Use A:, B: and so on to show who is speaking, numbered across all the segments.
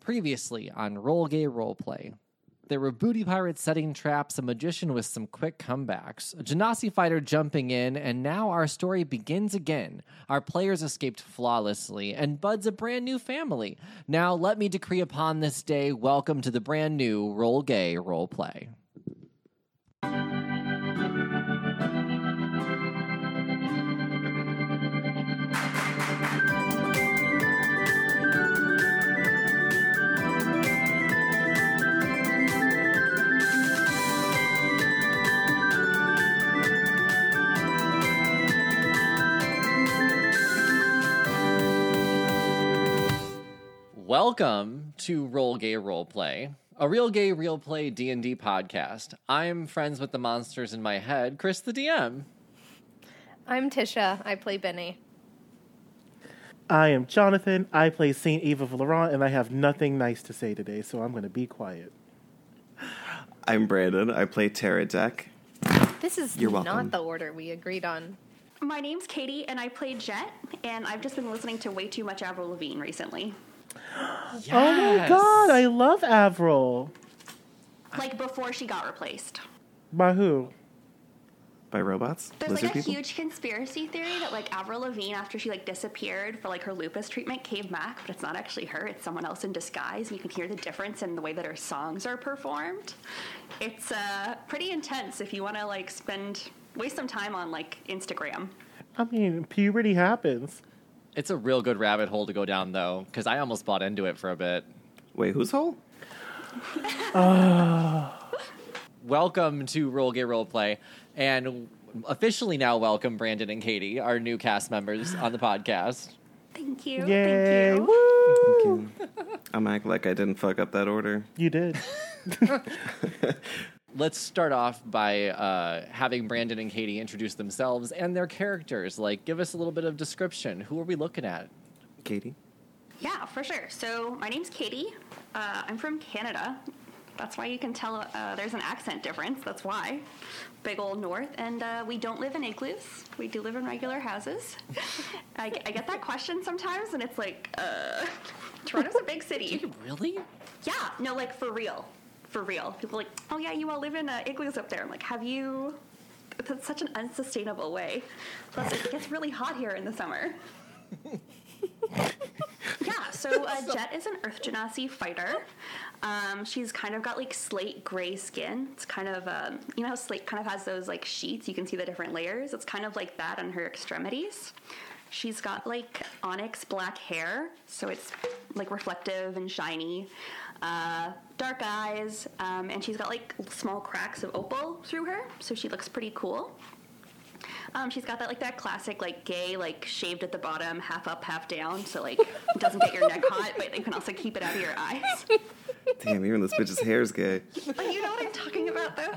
A: Previously on Roll Gay Roleplay, there were booty pirates setting traps, a magician with some quick comebacks, a Genasi fighter jumping in, and now our story begins again. Our players escaped flawlessly, and Bud's a brand new family. Now, let me decree upon this day welcome to the brand new Roll Gay Roleplay. Welcome to Roll Gay Roleplay, a real gay real play D&D podcast. I'm friends with the monsters in my head, Chris the DM.
B: I'm Tisha. I play Benny.
C: I am Jonathan. I play Saint Eve of Laurent, and I have nothing nice to say today, so I'm going to be quiet.
D: I'm Brandon. I play Terra Deck.
B: This is
D: You're welcome.
B: not the order we agreed on.
E: My name's Katie, and I play Jet, and I've just been listening to way too much Avril Lavigne recently.
C: Oh my god, I love Avril.
E: Like before she got replaced.
C: By who?
D: By robots?
E: There's
D: Lizard
E: like a
D: people?
E: huge conspiracy theory that like Avril Lavigne, after she like disappeared for like her lupus treatment, came back, but it's not actually her. It's someone else in disguise. You can hear the difference in the way that her songs are performed. It's uh, pretty intense if you want to like spend waste some time on like Instagram.
C: I mean, puberty happens.
A: It's a real good rabbit hole to go down though, cuz I almost bought into it for a bit.
D: Wait, whose hole?
A: Welcome to Roll Gay Roleplay and officially now welcome Brandon and Katie, our new cast members on the podcast.
E: Thank you.
C: Yay!
E: Thank you.
C: Woo!
D: I'm acting like I didn't fuck up that order.
C: You did.
A: Let's start off by uh, having Brandon and Katie introduce themselves and their characters. Like, give us a little bit of description. Who are we looking at?
D: Katie?
E: Yeah, for sure. So my name's Katie. Uh, I'm from Canada. That's why you can tell uh, there's an accent difference. That's why. Big old North. And uh, we don't live in igloos. We do live in regular houses. I, I get that question sometimes, and it's like, uh, Toronto's a big city.
A: Really?
E: Yeah, no, like for real. For real. People are like, oh yeah, you all live in uh, igloos up there. I'm like, have you? That's such an unsustainable way. Plus, it gets really hot here in the summer. Yeah, so uh, Jet is an Earth Genasi fighter. Um, she's kind of got like slate gray skin. It's kind of, um, you know how slate kind of has those like sheets? You can see the different layers. It's kind of like that on her extremities. She's got like onyx black hair, so it's like reflective and shiny. Uh, dark eyes, um, and she's got like small cracks of opal through her, so she looks pretty cool. Um, she's got that like that classic like gay like shaved at the bottom, half up, half down, so like it doesn't get your neck hot, but you can also keep it out of your eyes.
D: Damn, even this bitch's hair's gay.
E: But you know what I'm talking about though.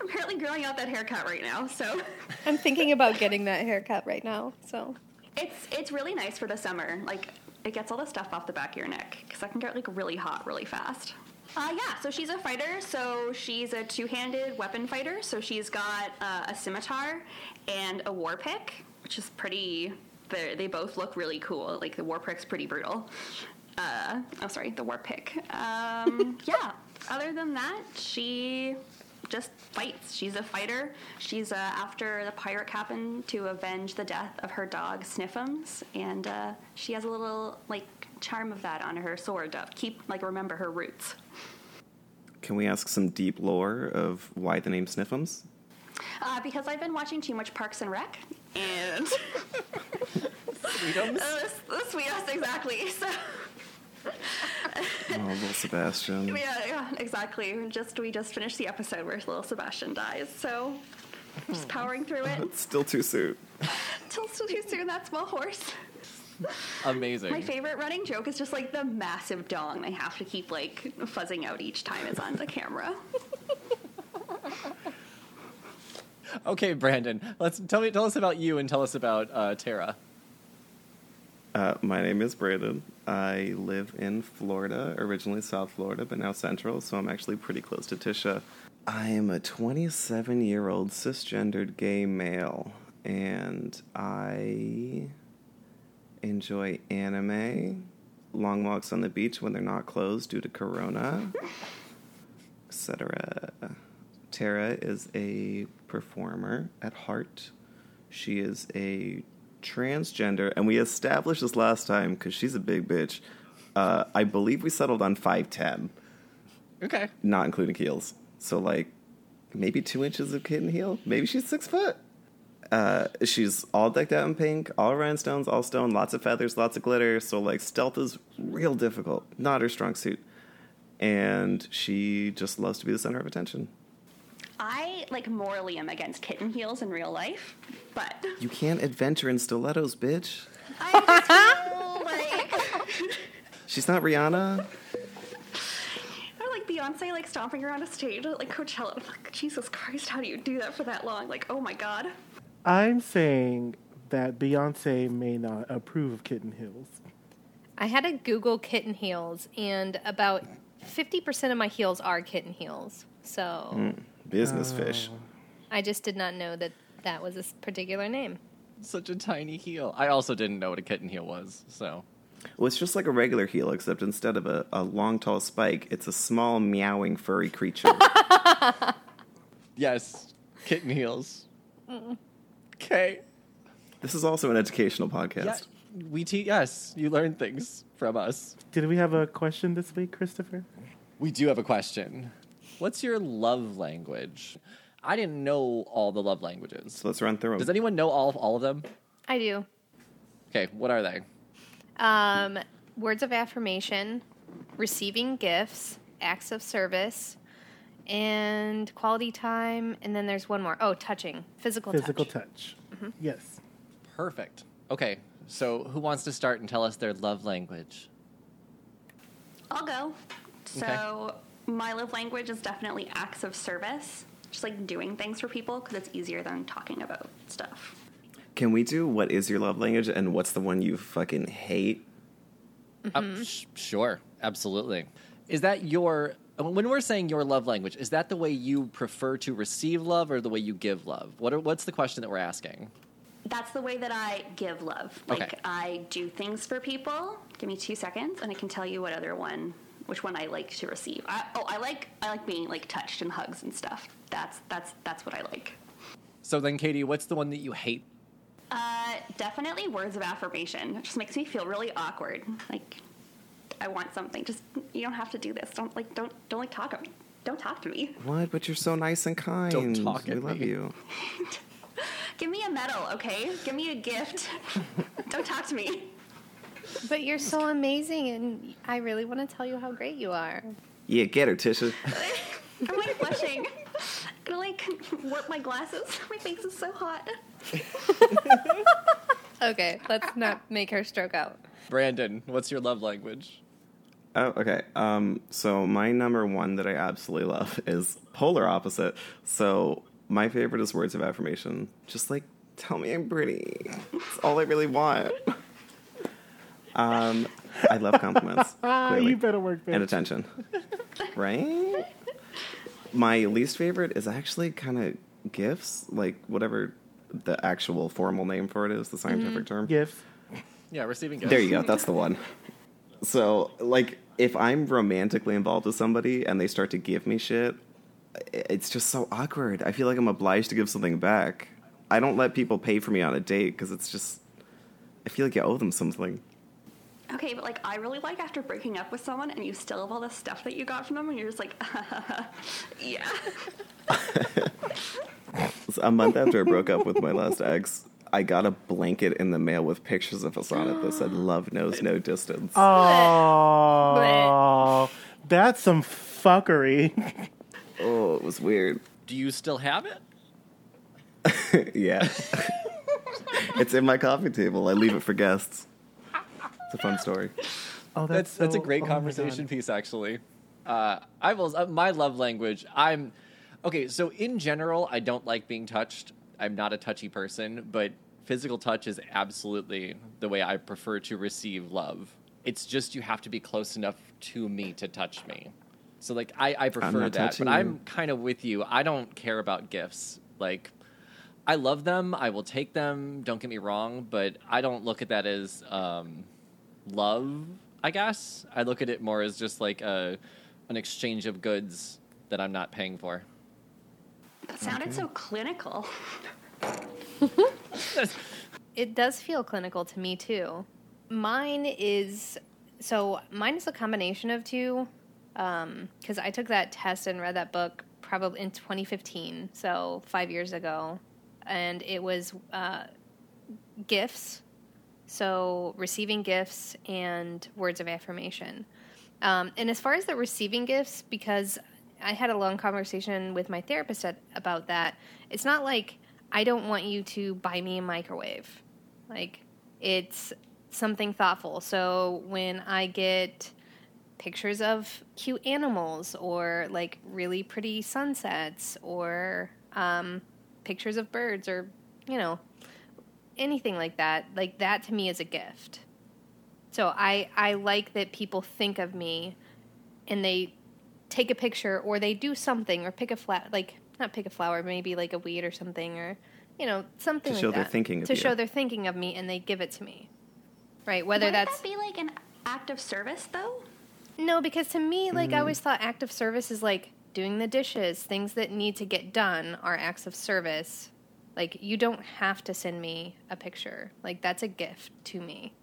E: I'm currently growing out that haircut right now, so
B: I'm thinking about getting that haircut right now. So
E: it's it's really nice for the summer. Like it gets all the stuff off the back of your neck because that can get like really hot really fast. Uh, yeah, so she's a fighter. So she's a two-handed weapon fighter. So she's got uh, a scimitar and a war pick, which is pretty. they're- They both look really cool. Like the war pick's pretty brutal. Uh, oh, sorry, the war pick. Um, yeah. Other than that, she just fights. She's a fighter. She's uh, after the pirate captain to avenge the death of her dog Sniffums, and uh, she has a little like charm of that on her sword to keep like remember her roots.
D: Can we ask some deep lore of why the name Sniffums?
E: Uh, because I've been watching too much Parks and Rec, and
A: Freedoms?
E: uh, this, this yes, exactly. So
D: Oh, little Sebastian.
E: yeah, yeah, exactly. We just we just finished the episode where little Sebastian dies, so I'm just powering through it
D: It's still too soon.
E: till too soon. That's my horse.
A: Amazing.
E: My favorite running joke is just like the massive dong I have to keep like fuzzing out each time it's on the camera.
A: Okay, Brandon. Let's tell me. Tell us about you and tell us about uh, Tara.
D: Uh, my name is Brandon. I live in Florida, originally South Florida, but now Central, so I'm actually pretty close to Tisha. I am a 27 year old cisgendered gay male, and I enjoy anime, long walks on the beach when they're not closed due to corona, etc. Tara is a performer at heart. She is a transgender, and we established this last time because she's a big bitch. Uh, I believe we settled on 5'10,
A: Okay.
D: not including heels. So, like, maybe two inches of kitten heel. Maybe she's six foot. Uh, she's all decked out in pink, all rhinestones, all stone, lots of feathers, lots of glitter. So, like, stealth is real difficult, not her strong suit. And she just loves to be the center of attention.
E: I like morally am against kitten heels in real life, but
D: You can't adventure in stilettos, bitch.
E: I just feel like
D: She's not Rihanna.
E: Or like Beyonce like stomping around a stage at like Coachella. I'm like, Jesus Christ, how do you do that for that long? Like, oh my god.
C: I'm saying that Beyonce may not approve of Kitten Hills.
B: I had to Google kitten heels, and about 50% of my heels are kitten heels. So
D: Mm. Business fish.
B: I just did not know that that was a s- particular name.
A: Such a tiny heel. I also didn't know what a kitten heel was, so.
D: Well, it's just like a regular heel, except instead of a, a long, tall spike, it's a small, meowing, furry creature.
A: Yes, kitten heels. Okay.
D: this is also an educational podcast.
A: we te- yes, you learn things from us.
C: Did we have a question this week, Christopher?
A: We do have a question. What's your love language? I didn't know all the love languages.
D: So um, let's run through
A: Does
D: them.
A: anyone know all of, all of them?
B: I do.
A: Okay, what are they?
B: Um, words of affirmation, receiving gifts, acts of service, and quality time. And then there's one more. Oh, touching, physical,
C: Physical
B: touch.
C: touch. Yes.
A: Perfect. Okay, so who wants to start and tell us their love language?
E: I'll go. So my love language is definitely acts of service, just like doing things for people because it's easier than talking about stuff.
D: Can we do what is your love language and what's the one you fucking hate?
A: Uh, sh- sure, absolutely. Is that your when we're saying your love language? Is that the way you prefer to receive love, or the way you give love? What are, what's the question that we're asking?
E: That's the way that I give love. Like
A: Okay.
E: I do things for people. Give me two seconds, and I can tell you what other one, which one I like to receive. I, oh, I like I like being like touched and hugs and stuff. That's that's that's what I like.
A: So then, Katie, what's the one that you hate?
E: Uh, definitely words of affirmation. It just makes me feel really awkward. Like I want something. Just you don't have to do this. Don't like don't don't like talk don't talk to me.
D: What? But you're so nice and kind.
A: Don't talk
D: we
A: at
D: love
A: me.
D: you.
E: Give me a medal, okay? Give me a gift. don't talk to me.
B: But you're so amazing, and I really want to tell you how great you are.
D: Yeah, get her, Tisha.
E: I'm like blushing. Gonna like warp my glasses. My face is so hot.
B: Okay, let's not make her stroke out.
A: Brandon, what's your love language?
D: Oh, okay. Um, so my number one that I absolutely love is polar opposite. So my favorite is words of affirmation. Just like tell me I'm pretty. That's all I really want. Um, I love compliments.
C: Ah,
D: clearly
C: you better work,
D: and
C: bitch.
D: attention. right? My least favorite is actually kind of gifts, like whatever the actual formal name for it is, the scientific term.
C: Gifts.
A: Yeah, receiving gifts.
D: There you go. That's the one. So, like, if I'm romantically involved with somebody and they start to give me shit, i- it's just so awkward. I feel like I'm obliged to give something back. I don't let people pay for me on a date because it's just, I feel like you owe them something.
E: Okay, but like I really like after breaking up with someone and you still have all the stuff that you got from them and you're just like, yeah.
D: So a month after I broke up with my last ex, I got a blanket in the mail with pictures of us on it that said "Love knows no distance."
C: Oh, that's some fuckery.
D: Oh, it was weird.
A: Do you still have it?
D: yeah, it's in my coffee table. I leave it for guests. It's a fun story.
C: Oh,
A: That's that's a
C: so-
A: great
C: oh my God.
A: conversation piece, actually. Uh, I will. Uh, my love language. I'm okay. So in general, I don't like being touched. I'm not a touchy person, but physical touch is absolutely the way I prefer to receive love. It's just you have to be close enough to me to touch me. So like I, I prefer
D: not
A: that,
D: touching
A: but
D: you.
A: I'm kind of with you. I don't care about gifts. Like I love them. I will take uh, them. Don't get me wrong, but I don't look at that as um, love. I- I guess I look at it more as just like a an exchange of goods that I'm not paying for.
E: That sounded so clinical.
B: It does feel clinical to me too. Mine is so mine is a combination of two because I took that test and read that book probably in 2015, so five years ago, and it was uh, gifts, so receiving gifts and words of affirmation. Um, and as far as the receiving gifts, because I had a long conversation with my therapist at, about that, it's not like I don't want you to buy me a microwave. Like, it's something thoughtful. So when I get pictures of cute animals or like really pretty sunsets or um, pictures of birds or, you know, anything like that, like that to me is a gift. So I, I like that people think of me and they take a picture or they do something or pick a flower, like not pick a flower, maybe like a weed or something or, you know, something
D: To
B: like
D: show they're
B: that,
D: thinking of
B: to
D: you.
B: show they're thinking of me and they give it to me. Right, whether
E: Wouldn't
B: that's
E: that be like an act of service, though?
B: No, because to me, like I always thought, active service is like doing the dishes. Things that need to get done are acts of service. Like you don't have to send me a picture. Like that's a gift to me.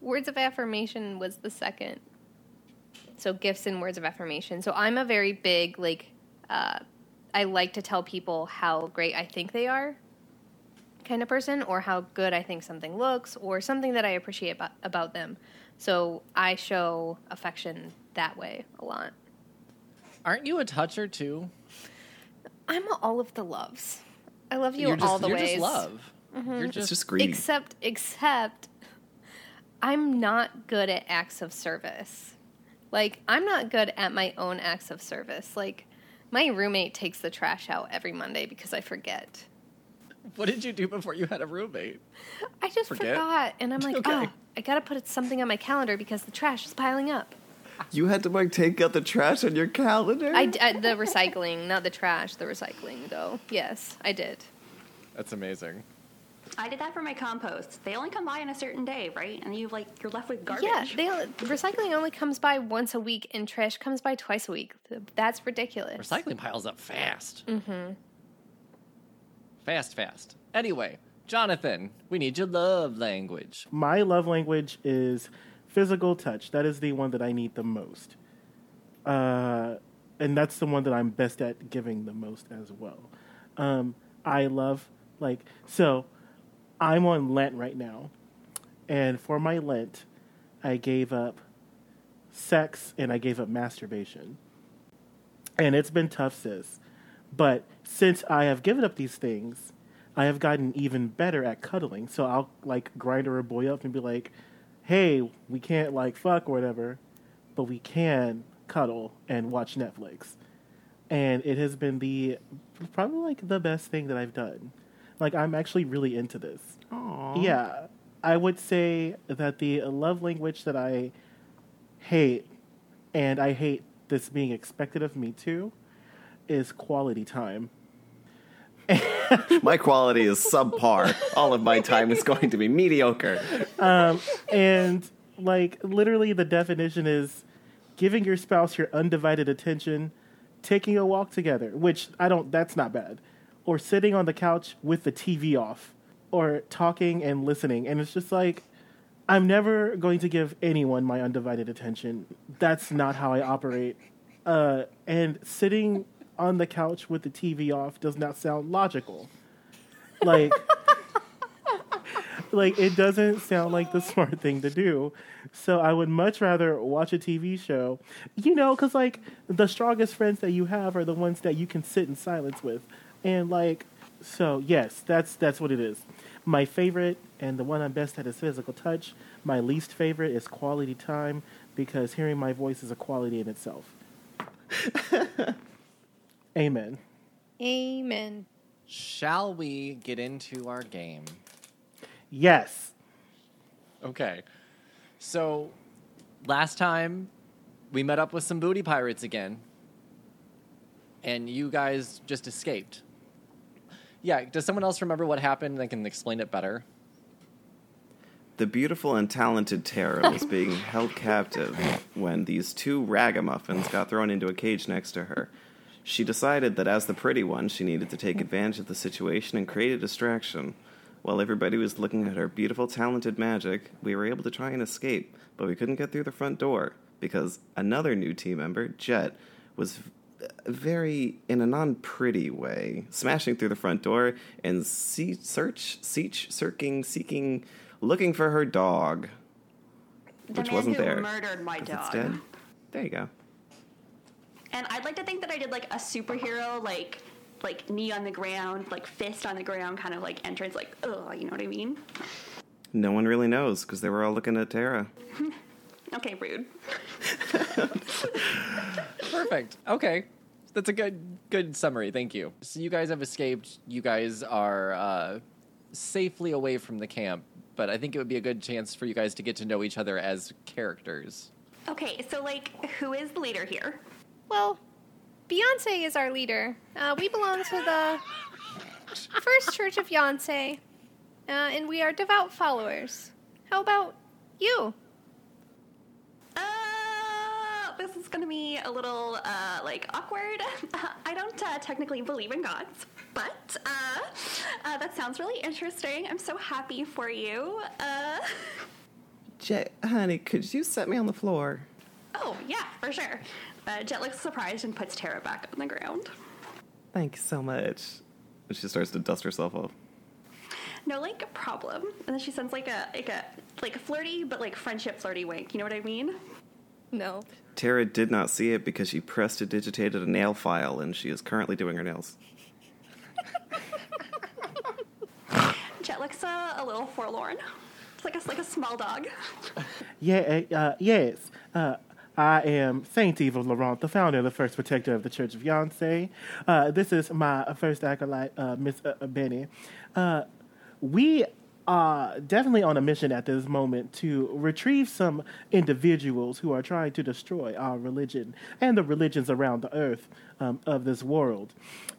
B: Words of affirmation was the second. So gifts and words of affirmation. So I'm a very big like. Uh, I like to tell people how great I think they are kind of person or how good I think something looks or something that I appreciate about, about them. So I show affection that way a lot.
A: Aren't you a toucher too?
B: I'm all of the loves. I love you
A: you're just,
B: all the
A: you're
B: ways. Mm-hmm.
A: just love. You're just,
D: It's just greedy.
B: Except except I'm not good at acts of service. Like I'm not good at my own acts of service. Like my roommate takes the trash out every Monday because I forget.
A: what did you do before you had a roommate?
B: I just
A: Forget?
B: forgot and I'm like,
A: Okay.
B: "Oh, I got to put something on my calendar because the trash is piling up."
D: you had to like take out the trash on your calendar.
B: I, d- uh, the recycling, not the trash, the recycling though. Yes, I did.
A: That's amazing.
E: I did that for my compost. They only come by on a certain day, right? And you like you're left with garbage.
B: Yeah, they only- recycling only comes by once a week, and trash comes by twice a week. That's ridiculous.
A: Recycling piles up fast. Mm-hmm. Fast, fast. Anyway, Jonathan, we need your love language.
C: My love language is physical touch. That is the one that I need the most. Uh, and that's the one that I'm best at giving the most as well. Um, I love, like, so I'm on Lent right now. And for my Lent, I gave up sex and I gave up masturbation. And it's been tough, sis. But since I have given up these things, I have gotten even better at cuddling. So I'll like grind her a boy up and be like, hey, we can't like fuck or whatever, but we can cuddle and watch Netflix. And it has been the probably like the best thing that I've done. Like I'm actually really into this. Yeah. I would say that the love language that I hate, and I hate this being expected of me too, is quality time.
D: my quality is subpar. All of my time is going to be mediocre.
C: and like literally the definition is giving your spouse your undivided attention taking a walk together which i don't that's not bad or sitting on the couch with the tv off or talking and listening and it's just like i'm never going to give anyone my undivided attention that's not how i operate uh, and sitting on the couch with the tv off does not sound logical like like it doesn't sound like the smart thing to do. So I would much rather watch a TV show, you know, because like the strongest friends that you have are the ones that you can sit in silence with, and like so yes, that's that's what it is. My favorite and the one I'm best at is physical touch. My least favorite is quality time because hearing my voice is a quality in itself. Amen.
B: Amen.
A: Shall we get into our game?
C: Yes.
A: Okay. So, last time we met up with some booty pirates again, and you guys just escaped. Yeah, does someone else remember what happened and can explain it better?
D: The beautiful and talented Tara was being held captive when these two ragamuffins got thrown into a cage next to her. She decided that as the pretty one, she needed to take advantage of the situation and create a distraction. While everybody was looking at her beautiful, talented magic, we were able to try and escape, but we couldn't get through the front door because another new team member, Jet, was v- very, in a non pretty way, smashing through the front door and see- search, seech, seeking, seeking, looking for her dog,
E: The
D: which
E: man
D: wasn't
E: who
D: there.
E: murdered my
D: 'cause it's
E: dog.
D: dead. There you go.
E: And I'd like to think that I did like a superhero, like like knee on the ground, like fist on the ground, kind of like entrance, like oh, you know what I mean?
D: No one really knows because they were all looking at Tara.
E: Okay, rude.
A: Perfect. Okay. That's a good good summary. Thank you. So you guys have escaped. You guys are uh, safely away from the camp, but I think it would be a good chance for you guys to get to know each other as characters.
E: Okay, so like who is the leader here?
B: Well, Beyonce is our leader. Uh, we belong to the First Church of Beyonce, uh, and we are devout followers. How about you?
E: Uh, this is gonna be a little uh, like awkward. I don't uh, technically believe in gods, but uh, uh, that sounds really interesting. I'm so happy for you. Uh,
D: Jet, honey, could you set me on the floor?
E: oh yeah, for sure. Uh, Jet looks surprised and puts Tara back on the ground.
D: Thank you so much. And she starts to dust herself off.
E: No, like a problem. And then she sends like a like a like a flirty but like friendship flirty wink. You know what I mean?
B: No.
D: Tara did not see it because she pressed and digitated a nail file, and she is currently doing her nails.
E: Jet looks uh, a little forlorn. It's like a like a small dog.
C: Yeah, uh, yes. Uh, I am Saint Eve of Laurent, the founder and the first protector of the Church of Yonsei. Uh, this is my first acolyte, uh, Miss uh, uh, Benny. Uh, we are definitely on a mission at this moment to retrieve some individuals who are trying to destroy our religion and the religions around the earth um, of this world.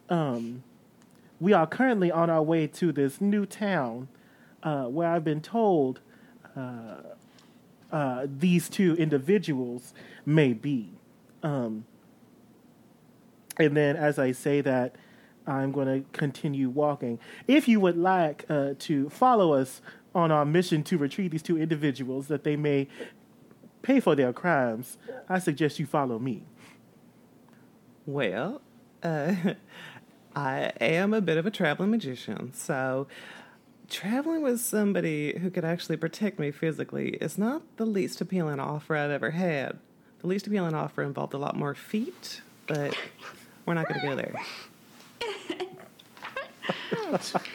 C: Um, we are currently on our way to this new town uh, where I've been told uh, these two individuals may be. Um, and then, as I say that, I'm going to continue walking. If you would like uh, to follow us on our mission to retrieve these two individuals that they may pay for their crimes, I suggest you follow me.
D: Well, uh, I am a bit of a traveling magician, so traveling with somebody who could actually protect me physically is not the least appealing offer I've ever had. The least appealing offer involved a lot more feet, but we're not going to go there.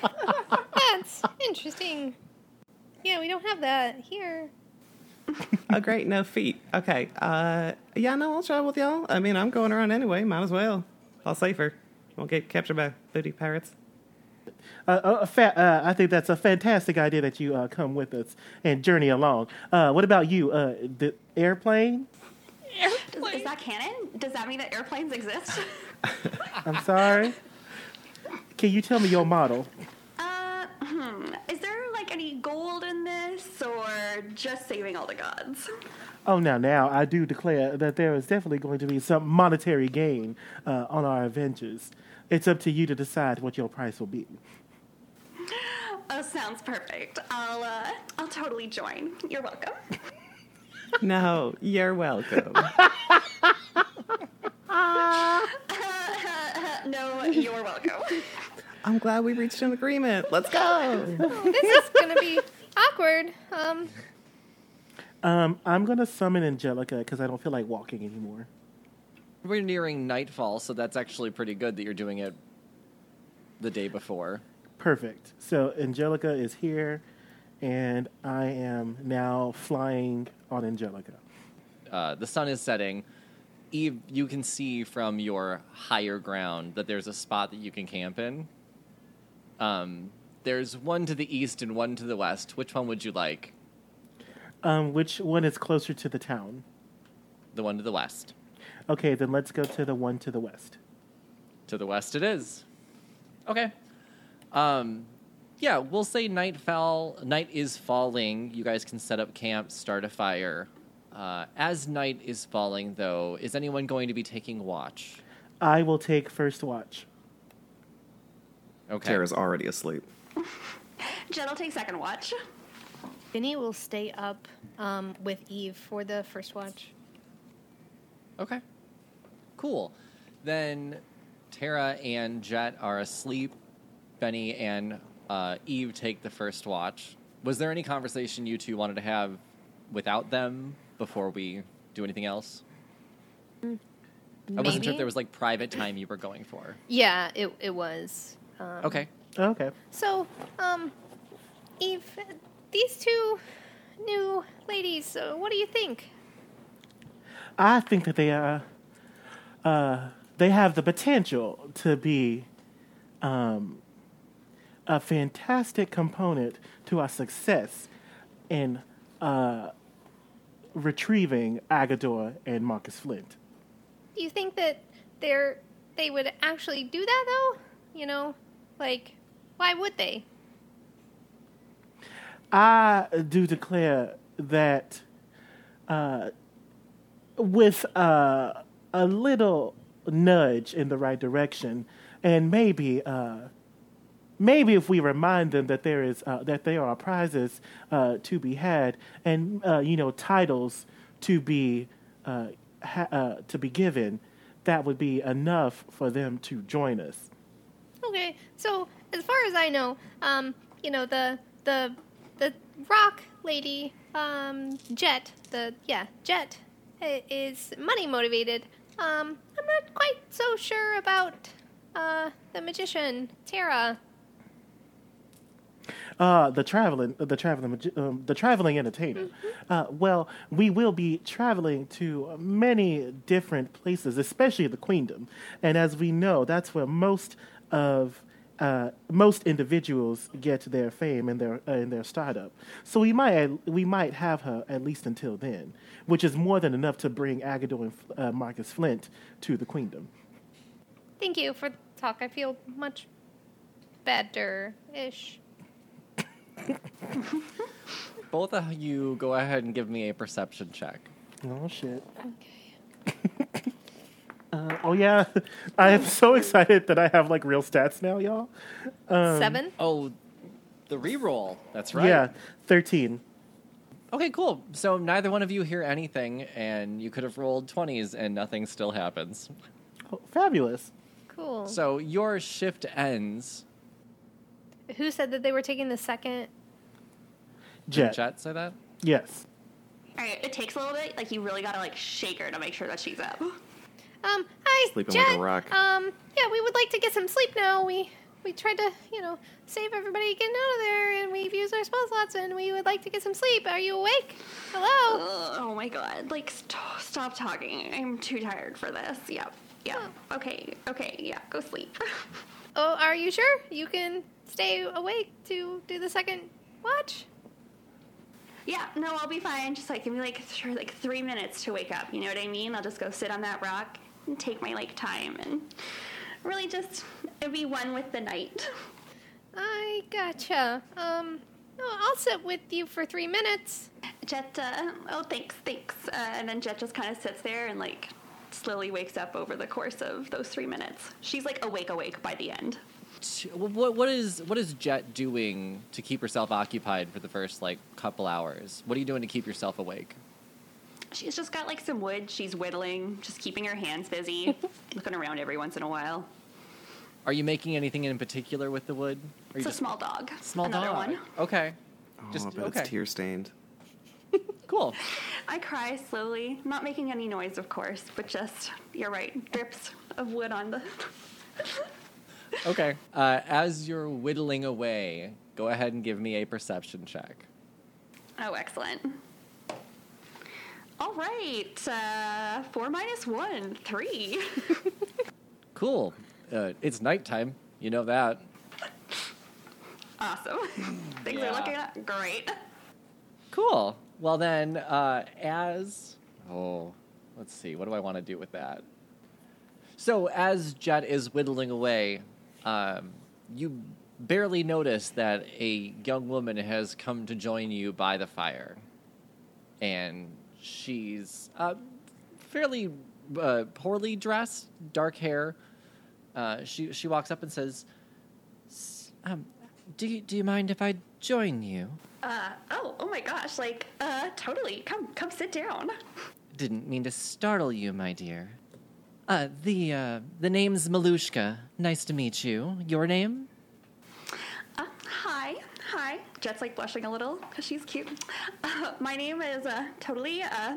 B: That's interesting. Yeah, we don't have that here.
D: Oh, great, no feet. Okay. Uh, yeah, no, I'll travel with y'all. I mean, I'm going around anyway. Might as well. I'll safer. Won't get captured by booty pirates.
C: Uh, uh, fa- uh, I think that's a fantastic idea that you uh, come with us and journey along. Uh, what about you? Uh, the airplane?
E: Is, is that canon? Does that mean that airplanes exist?
C: I'm sorry. Can you tell me your model?
E: uh, hmm. Is there like any gold in this, or just saving all the gods?
C: Oh, now, now, I do declare that there is definitely going to be some monetary gain uh, on our adventures. It's up to you to decide what your price will be.
E: Oh, sounds perfect. I'll uh, I'll totally join. You're welcome.
D: No, you're welcome.
E: no, you're welcome.
D: I'm glad we reached an agreement. Let's go.
B: Oh, This is gonna be awkward. Um,
C: Um, I'm going to summon Angelica because I don't feel like walking anymore.
A: We're nearing nightfall, so that's actually pretty good that you're doing it the day before.
C: Perfect. So, Angelica is here, and I am now flying on Angelica.
A: Uh, the sun is setting. Eve, you can see from your higher ground that there's a spot that you can camp in. Um, there's one to the east and one to the west. Which one would you like?
C: Um, which one is closer to the town?
A: The one to the west.
C: Okay, then let's go to the one to the west.
A: To the west it is. Okay. Um, yeah, we'll say night fell. Night is falling. You guys can set up camp, start a fire. Uh, as night is falling, though, is anyone going to be taking watch?
C: I will take first watch.
A: Okay.
D: Tara's already asleep.
E: Jen will take second watch.
B: Vinny will stay up um, with Eve for the first watch.
A: Okay. Cool. Then Tara and Jet are asleep. Benny and uh, Eve take the first watch. Was there any conversation you two wanted to have without them before we do anything else? I wasn't sure if
B: Maybe.
A: there was like private time you were going for.
B: Yeah, it it was. Um,
A: Okay.
C: Okay.
B: So, um, Eve, these two new ladies, uh, what do you think?
C: I think that they are, uh, they have the potential to be, um, a fantastic component to our success in uh, retrieving Agador and Marcus Flint.
B: Do you think that they're they would actually do that though? You know, like why would they?
C: I do declare that uh, with uh, a little nudge in the right direction, and maybe uh, maybe if we remind them that there is uh, that there are prizes uh, to be had, and uh, you know titles to be uh, ha- uh, to be given, that would be enough for them to join us.
B: Okay, so as far as I know, um, you know the the the rock lady, um, Jet, the yeah Jet, i- is money motivated. Um, I'm not quite so sure about uh the magician Tara.
C: Uh, the traveling, the traveling, magi- um, the traveling entertainer. Uh, well, we will be traveling to many different places, especially the Queendom, and as we know, that's where most of uh, most individuals get their fame and their uh, and their startup. So we might we might have her at least until then, which is more than enough to bring Agador and uh, Marcus Flint to the Queendom.
B: Thank you for the talk. I feel much better ish.
A: Both of you go ahead and give me a perception check.
C: Oh shit.
B: Okay.
C: Uh, oh yeah, I am so excited that I have like real stats now, y'all.
B: Seven.
A: Oh, the reroll. That's right.
C: Yeah, 13.
A: Okay, cool. So neither one of you hear anything, and you could have rolled 20s, and nothing still happens.
C: Oh, fabulous.
E: Oh.
B: Cool.
A: So your shift ends.
B: Who said that they were taking the second?
A: Did
C: Jet.
A: Chat say that?
C: Yes.
E: All right, it takes a little bit. Like you really gotta like shake her to make sure that she's up.
B: Um, hi,
D: Sleeping
B: Jen.
D: like a rock.
B: Um, yeah, we would like to get some sleep now. We we tried to, you know, save everybody getting out of there, and we've used our spell slots, and we would like to get some sleep. Are you awake? Hello.
E: Ugh, oh my god! Like st- stop talking. I'm too tired for this. Yep. Yep. Okay. Okay. Yeah. Go sleep.
B: Oh, are you sure you can stay awake to do the second watch?
E: yeah. No, I'll be fine. Just like give me like sure like three minutes to wake up. You know what I mean? I'll just go sit on that rock and take my like time and really just be one with the night.
B: I gotcha. Um, oh, I'll sit with you for three minutes.
E: Jet, uh, oh, thanks, thanks. Uh, and then Jet just kind of sits there and, like, slowly wakes up over the course of those three minutes. She's, like, awake, awake by the end.
A: T- What, what is what is Jet doing to keep herself occupied for the first like couple hours? What are you doing to keep yourself awake?
E: She's just got, like, some wood. She's whittling, just keeping her hands busy, looking around every once in a while.
A: Are you making anything in particular with the wood? Are you
E: It's a small dog.
A: small
E: Another
A: dog?
E: one.
A: Okay,
D: Oh,
A: Just-
D: I bet
A: okay.
D: it's tear stained.
A: cool.
E: I cry slowly, not making any noise, of course, but just, you're right, drips of wood on the.
A: Okay. Uh, as you're whittling away, go ahead and give me a perception check.
E: Oh, excellent. All right, uh, four minus one, three.
A: Cool. Uh, it's nighttime. You know that.
E: Awesome. Things
A: Yeah.
E: are looking up. great.
A: Cool. Well, then, uh, as. Oh, let's see. What do I want to do with that? So, as Jet is whittling away, um, you barely notice that a young woman has come to join you by the fire. And she's uh, fairly uh, poorly dressed, dark hair. Uh, she, she walks up and says, "S- um, do, you, do you mind if I join you?
E: Uh, oh, oh my gosh, like, uh, totally. Come, come sit down.
A: Didn't mean to startle you, my dear. Uh, the, uh, the name's Malushka. Nice to meet you. Your name?
E: Uh, hi, hi. Jet's like blushing a little because she's cute. Uh, my name is uh, totally uh,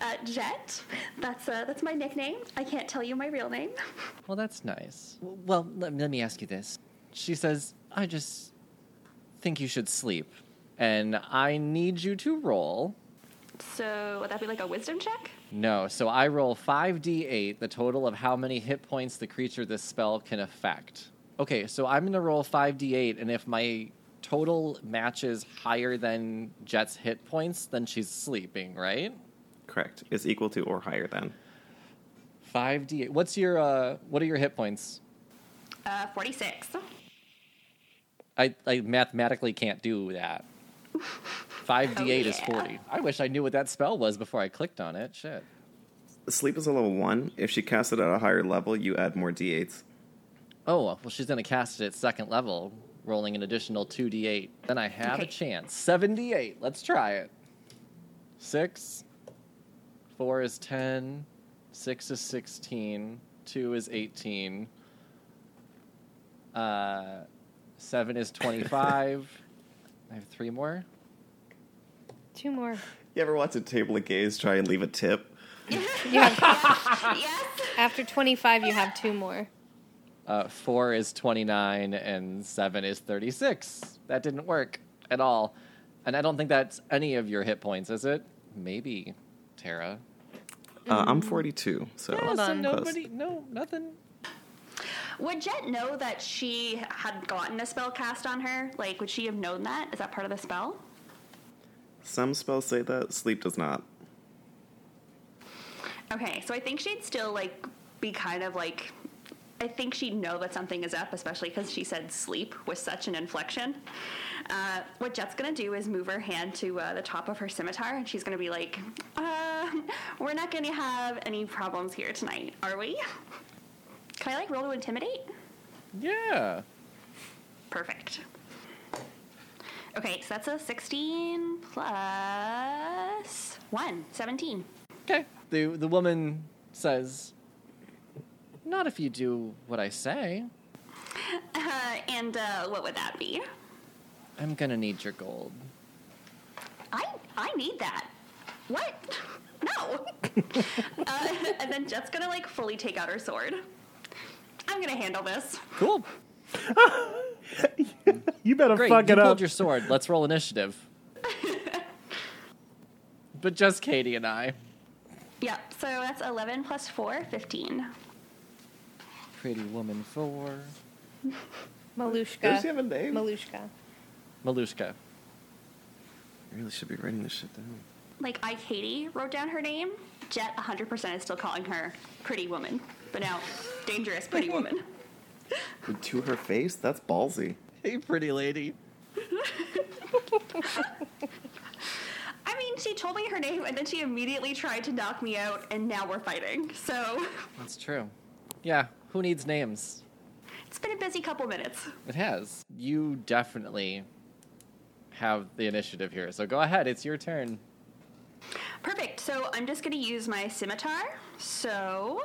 E: uh, Jet. That's uh, that's my nickname. I can't tell you my real name.
A: Well, that's nice. W- Well, let, let me ask you this. She says, I just think you should sleep, and I need you to roll.
E: So would that be like a wisdom check?
A: No, so I roll 5d8, the total of how many hit points the creature this spell can affect. Okay, so I'm going to roll 5d8, and if my total matches higher than Jet's hit points, then she's sleeping, right?
D: Correct. Is equal to or higher than.
A: 5d8. What's your, uh, what are your hit points?
E: Uh, forty-six.
A: I, I mathematically can't do that. 5d8 is
E: yeah.
A: 40. I wish I knew what that spell was before I clicked on it. Shit.
D: Sleep is a level one. If she casts it at a higher level, you add more d8s.
A: Oh, well, she's going to cast it at second level, rolling an additional 2d8. Then I have a
E: Okay.
A: chance. 78. Let's try it. 6. 4 is 10. 6 is 16. 2 is 18. Uh, 7 is 25. I have three more.
B: Two more.
D: You ever watch a table of gays try and leave a tip?
E: yes.
B: After 25, you have two more.
A: Uh, four is 29 and seven is 36. That didn't work at all. And I don't think that's any of your hit points, is it? Maybe, Tara.
D: Uh, I'm 42, so.
B: Hold
A: Mm-hmm. so
B: on.
A: nobody, no, nothing.
E: Would Jet know that she had gotten a spell cast on her? Like, would she have known that? Is that part of the spell?
D: Some spells say that, sleep does not.
E: Okay, so I think she'd still like be kind of like. I think she'd know that something is up, especially because she said sleep with such an inflection. Uh, what Jet's gonna do is move her hand to uh, the top of her scimitar, and she's gonna be like, uh, "We're not gonna have any problems here tonight, are we?" Can I like roll to intimidate?
A: Yeah.
E: Perfect. Okay, so that's a 16 plus 1, 17.
A: Okay. The, the woman says, Not if you do what I say.
E: Uh, and uh, what would that be?
A: I'm gonna need your gold.
E: I I need that. What? No. uh, and then Jet's gonna like fully take out her sword. I'm gonna handle this.
A: Cool.
C: You better
A: Great.
C: fuck
A: you
C: it
A: pulled
C: up.
A: your sword. Let's roll initiative. but just Katie and I.
E: Yep. So that's 11 plus 4, 15.
A: Pretty Woman 4.
D: Does she
B: Malushka.
D: have a name?
B: Malushka.
A: Malushka.
D: I really should be writing this shit down.
E: Like I Katie wrote down her name. Jet 100% is still calling her pretty woman, but now dangerous pretty woman.
D: To her face? That's ballsy.
A: Hey, pretty lady.
E: I mean, she told me her name and then she immediately tried to knock me out, and now we're fighting. So
A: That's true. Yeah, who needs names?
E: it's been a busy couple minutes.
A: It has. You definitely have the initiative here, so go ahead. It's your turn.
E: Perfect. So I'm just going to use my scimitar. So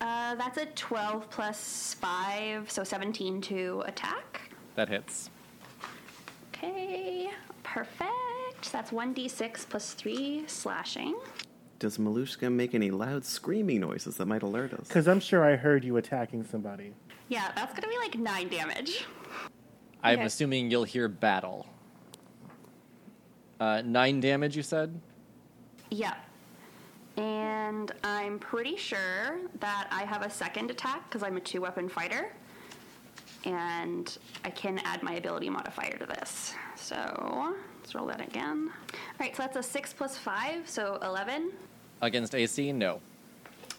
E: uh, that's a 12 plus 5, so 17 to attack.
A: That hits.
E: Okay, perfect. That's 1d6 plus 3 slashing.
D: Does Malushka make any loud screaming noises that might alert us?
C: Because I'm sure I heard you attacking somebody.
E: Yeah, that's going to be like 9 damage.
A: I'm
B: Okay.
A: assuming you'll hear battle. Uh, nine damage, you said?
E: Yeah. And I'm pretty sure that I have a second attack because I'm a two weapon fighter. And I can add my ability modifier to this. So let's roll that again. All right, so that's a six plus five, so 11.
A: Against AC? No.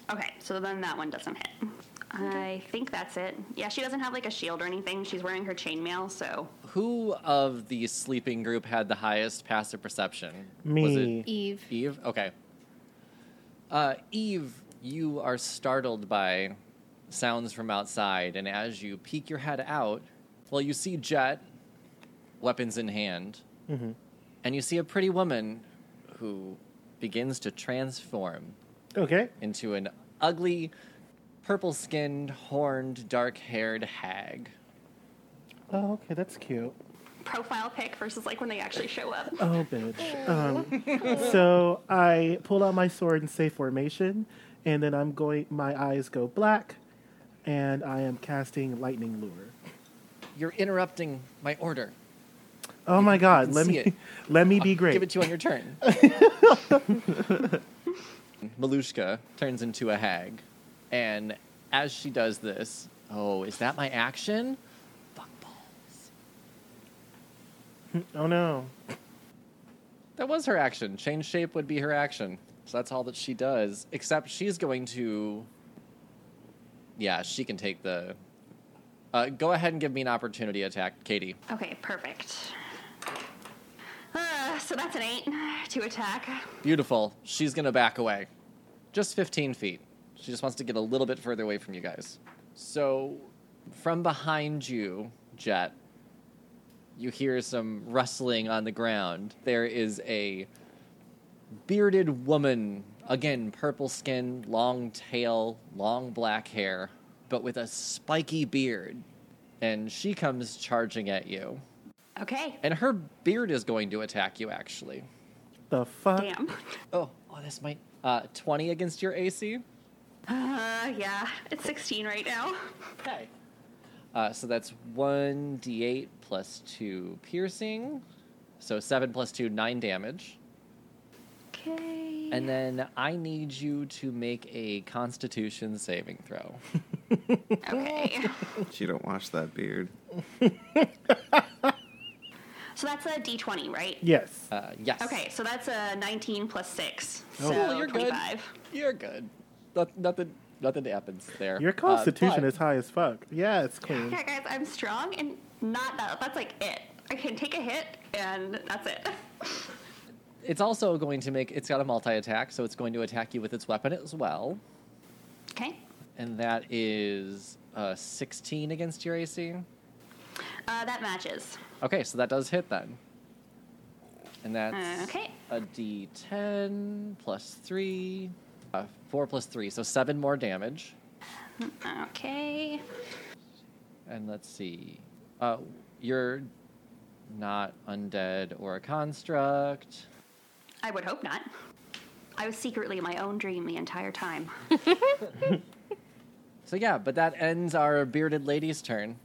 E: Okay, so then that one doesn't hit. I think that's it. Yeah, she doesn't have like a shield or anything. She's wearing her chainmail, so
A: Who of the sleeping group had the highest passive perception? Was
C: Me.
A: it
B: Eve.
A: Eve? Okay. Uh, Eve, you are startled by sounds from outside, and as you peek your head out, well, you see Jet, weapons in hand, and you see a pretty woman who begins to transform
C: Okay.
A: into an ugly, purple skinned, horned, dark haired hag.
C: Oh, okay, that's cute.
E: profile pic versus like when they actually show up.
C: Oh, bitch. Um, so I pull out my sword and say formation, and then I'm going. My eyes go black, and I am casting lightning lure.
A: You're interrupting my order.
C: Oh my god!
A: can
C: Let
A: see
C: me
A: it.
C: let me be
A: I'll
C: great.
A: Give it to you on your turn. Malushka turns into a hag, and as she does this, oh, is that my action? Fuck balls.
C: oh no!
A: That was her action. Change shape would be her action. So that's all that she does. Except she's going to. Yeah, she can take the. Uh, go ahead and give me an opportunity attack, Katie.
E: Okay, perfect. Uh, so that's an eight to attack.
A: Beautiful. She's going to back away. Just 15 feet. She just wants to get a little bit further away from you guys. So, from behind you, Jet, you hear some rustling on the ground. There is a bearded woman, again, purple skin, long tail, long black hair, but with a spiky beard. And she comes charging at you.
E: Okay.
A: And her beard is going to attack you, actually.
C: The fuck!
E: Damn.
A: Oh, oh, this might uh, twenty against your AC.
E: Uh, yeah, it's 16 right now.
A: Okay. Uh, so that's one d8 plus two piercing, so seven plus two nine damage,
E: Okay.
A: and then I need you to make a Constitution saving throw.
E: okay.
D: She don't wash that beard.
E: So that's a D20, right?
C: Yes.
A: Uh, yes.
E: Okay, so that's a 19 plus 6.
C: Oh.
E: So
A: Oh. Cool, you're
E: 25.
A: good. You're good. Not, nothing. Nothing happens there.
C: Your
A: Uh,
C: constitution
A: but-
C: is high as fuck. Yeah, it's clean.
E: Yeah, guys, I'm strong and not that. That's like it. I can take a hit and that's it.
A: It's also going to make. It's got a multi attack, so it's going to attack you with its weapon as well,
E: Okay.
A: and that is uh, sixteen against your AC.
E: Uh, that matches.
A: Okay, so that does hit then. And that's
E: Uh, okay.
A: a d10 plus 3. Uh, 4 plus 3, so 7 more damage.
E: Okay.
A: And let's see. Uh, you're not undead or a construct.
E: I would hope not. I was secretly my own dream the entire time.
A: So yeah, but that ends our bearded lady's turn.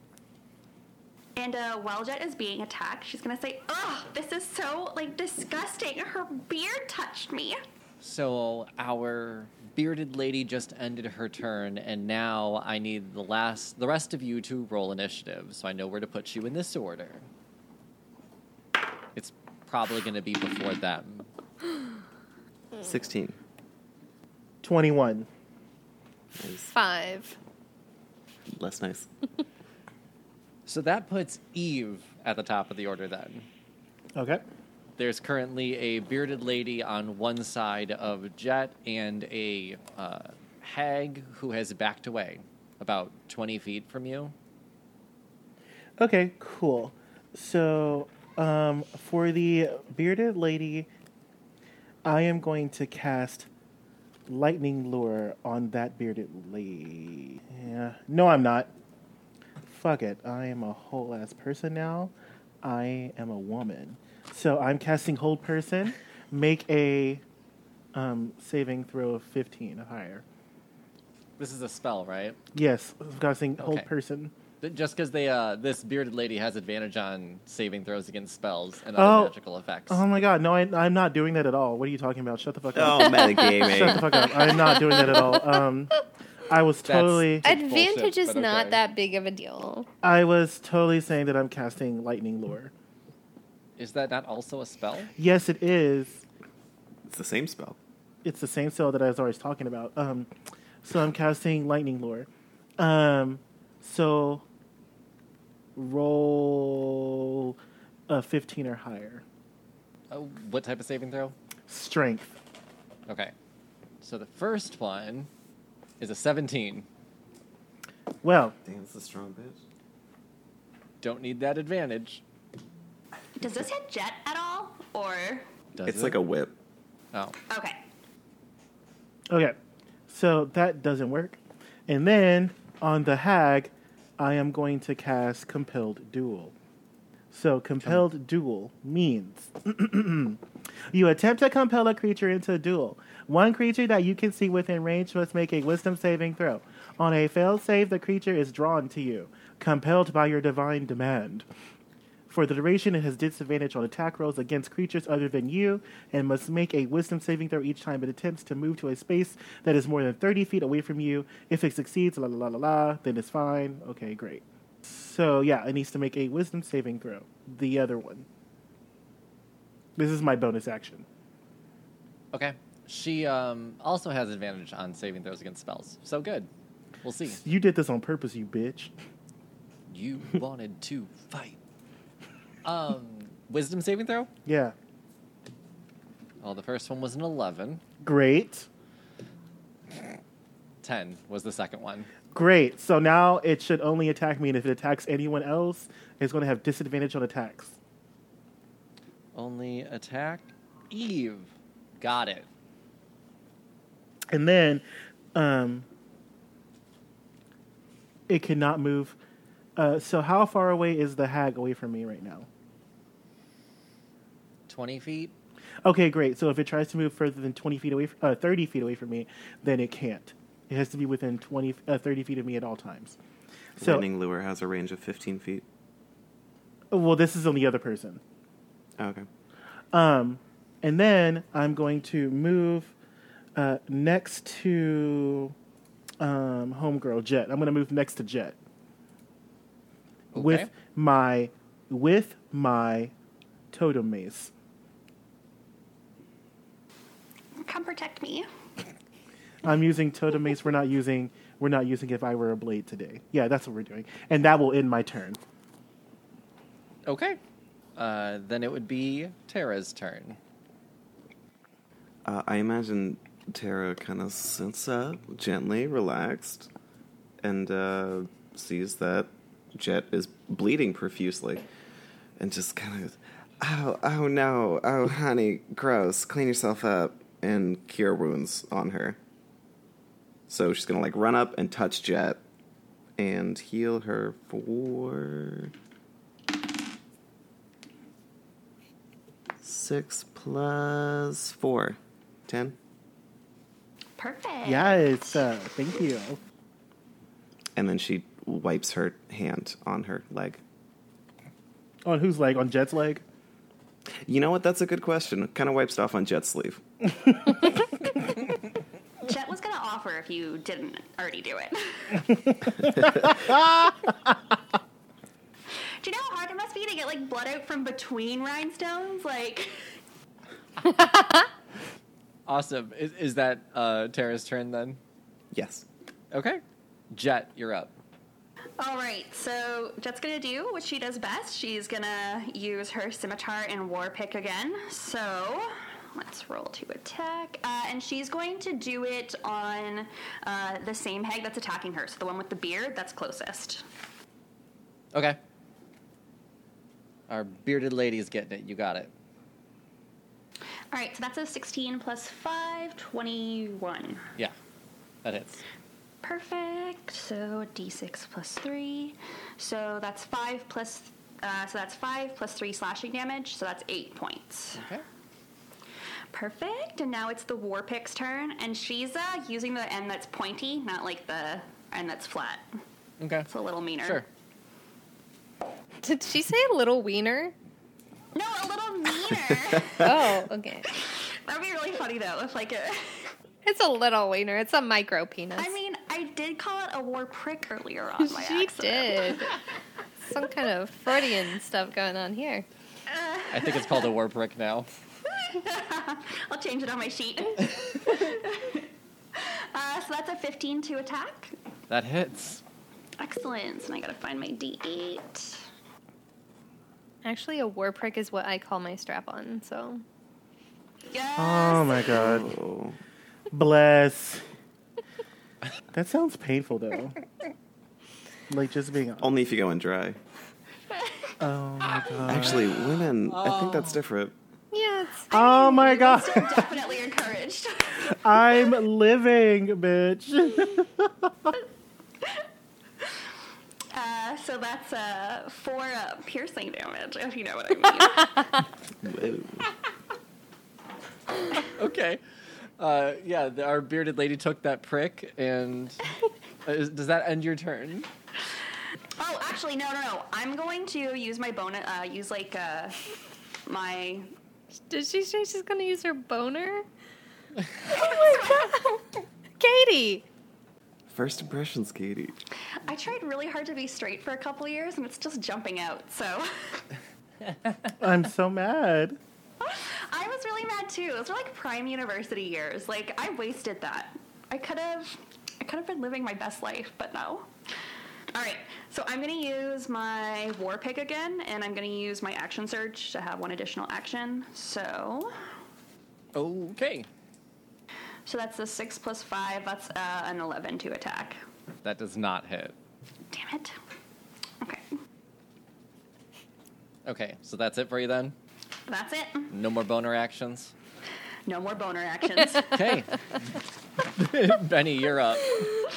E: And uh, while Jet is being attacked, she's gonna say, "Ugh, this is so like disgusting. Her beard touched me."
A: So our bearded lady just ended her turn, and now I need the last, the rest of you to roll initiative, so I know where to put you in this order. It's probably going to be before them. Mm.
D: 16.
C: Twenty-one.
B: Five.
D: Less nice.
A: So that puts Eve at the top of the order. Then
C: Okay.
A: there's currently a bearded lady on one side of Jet and a uh, hag who has backed away about 20 feet from you.
C: Okay, cool. So, um, for the bearded lady, I am going to cast lightning lure on that bearded lady. Yeah. No, I'm not. Fuck it. I am a whole ass person now. I am a woman. So I'm casting hold person. Make a um, saving throw of 15 or higher.
A: This is a spell, right?
C: Yes, I'm casting hold
A: Okay.
C: person.
A: Th- Just because they uh, this bearded lady has advantage on saving throws against spells and
C: Oh.
A: other magical effects.
C: Oh my god, no, I, I'm not doing that at all. What are you talking about? Shut the fuck up.
D: Oh,
C: Shut the
D: metagaming.
C: fuck up. I'm not doing that at all. Um, I was
A: That's-
C: totally,
A: I-
B: Advantage
A: bullshit,
B: is
A: but
B: not
A: okay.
B: that big of a deal.
C: I was totally saying that I'm casting lightning lure.
A: Is that not also a spell?
C: Yes, it is.
D: it's the same spell.
C: It's the same cell that I was always talking about. Um, so I'm casting lightning lure, Um, so roll a 15 or higher.
A: Oh, what type of saving throw?
C: Strength.
A: Okay. So the first one is a 17.
C: Well,
D: Dance the strong bitch.
A: Don't need that advantage.
E: Does this hit Jet at all? Or
A: Does
D: It's
A: it?
D: like a whip.
A: Oh.
E: okay,
C: okay. So that doesn't work. And then on the hag, I am going to cast Compelled Duel. So Compelled Duel means you attempt to compel a creature into a duel. One creature that you can see within range must make a wisdom saving throw. On a failed save, the creature is drawn to you, compelled by your divine demand. For the duration, it has disadvantage on attack rolls against creatures other than you and must make a wisdom saving throw each time it attempts to move to a space that is more than 30 feet away from you. If it succeeds, la la la la la, then it's fine. Okay, great. So, yeah, it needs to make a wisdom saving throw. The other one. This is my bonus action.
A: Okay. She um, also has advantage on saving throws against spells. So good. We'll see.
C: You did this on purpose, you bitch.
A: You wanted to fight. Um, wisdom saving throw?
C: Yeah.
A: Well, the first one was an 11.
C: Great.
A: 10 was the second one.
C: Great. So now it should only attack me, and if it attacks anyone else, it's going to have disadvantage on attacks.
A: Only attack Eve. Got it.
C: And then um, it cannot move. Uh, so, how far away is the hag away from me right now?
A: 20 feet.
C: Okay, great. So, if it tries to move further than 20 feet away, f- uh, 30 feet away from me, then it can't. It has to be within 20, f- uh, 30 feet of me at all times. So,
D: Lightning lure has a range of 15 feet.
C: well, this is on the other person.
D: Oh, Okay.
C: Um, and then I'm going to move uh, next to um, Homegirl Jet. I'm going to move next to Jet
A: Okay.
C: with my with my totem mace.
E: come protect me.
C: I'm using totem mace. We're not using we're not using if I were a blade today. Yeah, that's what we're doing, and that will end my turn.
A: Okay. Uh, then it would be Tara's turn.
D: Uh, I imagine Tara kind of sits up, gently relaxed, and uh, sees that Jet is bleeding profusely, and just kind of, oh, oh no, oh honey, gross, clean yourself up, and cure wounds on her. So she's gonna like run up and touch Jet, and heal her for six plus four, ten.
E: Perfect.
C: Yes, uh, thank you.
D: and then she wipes her hand on her leg.
C: On whose leg? On Jet's leg.
D: You know what? That's a good question. Kind of wipes it off on Jet's sleeve.
E: Jet was gonna offer if you didn't already do it. do you know how hard it must be to get like blood out from between rhinestones? Like,
A: Awesome. Is, is that uh, Tara's turn then?
D: Yes.
A: Okay. Jet, you're up.
E: all right. So Jet's gonna do what she does best. She's gonna use her scimitar and war pick again. So let's roll to attack, uh, and she's going to do it on uh, the same hag that's attacking her. So the one with the beard that's closest.
A: Okay. Our bearded lady's getting it. You got it.
E: All right, so that's a 16 plus 5, 21.
A: Yeah. That hits.
E: Perfect. So d6 plus 3. So that's 5 plus uh, so that's 5 plus 3 slashing damage, so that's 8 points.
A: Okay.
E: Perfect. And now it's the war pick's turn and she's uh, using the end that's pointy, not like the end that's flat.
A: Okay.
E: It's a little meaner.
A: Sure.
B: Did she say little wiener?
E: No, a little meaner.
B: Oh, okay.
E: that would be really funny though if like a
B: It's a little wiener. It's a micro penis.
E: I mean, I did call it a war prick earlier on by
B: she
E: accident.
B: did. Some kind of Freudian stuff going on here.
A: I think it's called a war brick now.
E: I'll change it on my sheet. uh, so that's a 15 to attack.
A: That hits.
E: Excellence. And I gotta find my D8.
B: Actually, a war prick is what I call my strap on. So
E: Yes.
C: Oh my god.
D: Oh.
C: Bless. That sounds painful though. Like just being honest.
D: Only if you go in dry.
C: Oh my god.
D: Actually, women, I think that's different.
B: yeah, it's,
A: Uh,
C: Oh my god.
E: Still definitely encouraged.
C: I'm living, bitch.
E: Uh, so that's uh, four uh, piercing damage, if you know what I
D: Whoa.
A: Okay. Uh, yeah, the, our bearded lady took that prick, and uh, is- does that end your turn?
E: mean. oh, actually, no, no, no. I'm going to use my bonus. Uh, use like uh, my.
B: did she say she's gonna use her boner? oh my god, Katie!
D: First impressions, Katie.
E: I tried really hard to be straight for a couple years, and it's just jumping out. So
C: I'm so mad.
E: I was really mad too. Those were like prime university years. Like I wasted that. I could have, I could have been living my best life, but no. All right, so I'm gonna use my war pick again, and I'm gonna use my action surge to have one additional action. So,
A: Okay.
E: so that's a six plus five. That's uh, an eleven to attack.
A: That does not hit.
E: Damn it. Okay,
A: Okay, so that's it for you then?
E: that's it.
A: No more boner actions?
E: No more boner actions.
A: Okay. Benny, you're up.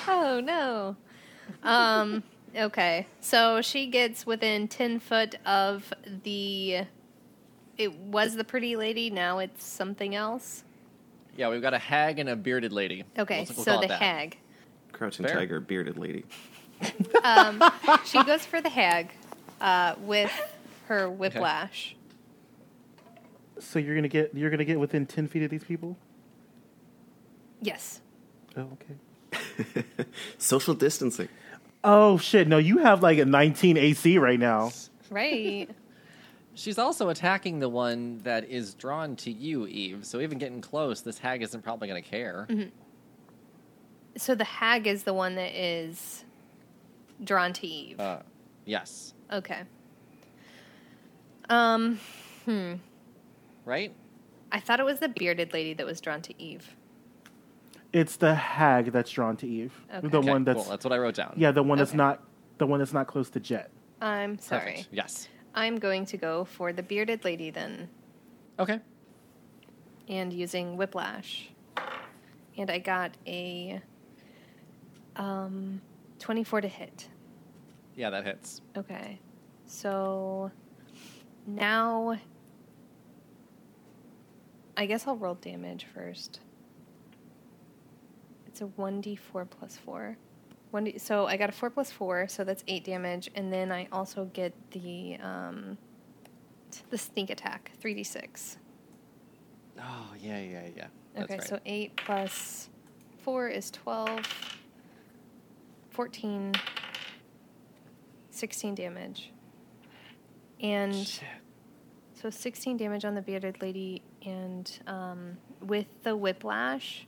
B: Oh no. Um. Okay. So she gets within ten foot of the. It was the pretty lady. Now it's something else.
A: Yeah, we've got a hag and a bearded lady.
B: Okay.
A: We'll- we'll
B: so
A: call it
B: the
A: that.
B: hag.
D: Crouching
A: Fair.
D: tiger, bearded lady.
B: Um, she goes for the hag, uh, with her whiplash.
C: So you're gonna get you're gonna get within ten feet of these people?
B: Yes.
C: Oh, okay.
D: Social distancing.
C: Oh shit, no, you have like a nineteen AC right now.
B: Right.
A: She's also attacking the one that is drawn to you, Eve. So even getting close, this hag isn't probably going to care.
B: Mm-hmm. so the hag is the one that is drawn to Eve.
A: Uh, yes.
B: okay. Um. Hmm.
A: Right?
B: I thought it was the bearded lady that was drawn to Eve.
C: It's the hag that's drawn to Eve.
B: Okay.
C: The
A: Okay,
C: one that's
A: cool. That's what I wrote down.
C: yeah, the one that's
B: Okay.
C: not the one that's not close to Jet.
B: I'm sorry.
A: Perfect. Yes.
B: I'm going to go for the bearded lady then,
A: Okay.
B: and using whiplash. And I got a um, 24 to hit.
A: Yeah, that hits.
B: Okay. So now I guess I'll roll damage first. It's a 1d4 plus 4. One d- so I got a 4 plus 4, so that's 8 damage and then I also get the um t- the sneak attack, 3d6.
A: Oh, yeah, yeah, yeah. That's
B: Okay,
A: right.
B: so 8 plus 4 is 12. 14. 16 damage. And so 16 damage on the bearded lady, and um, with the whiplash,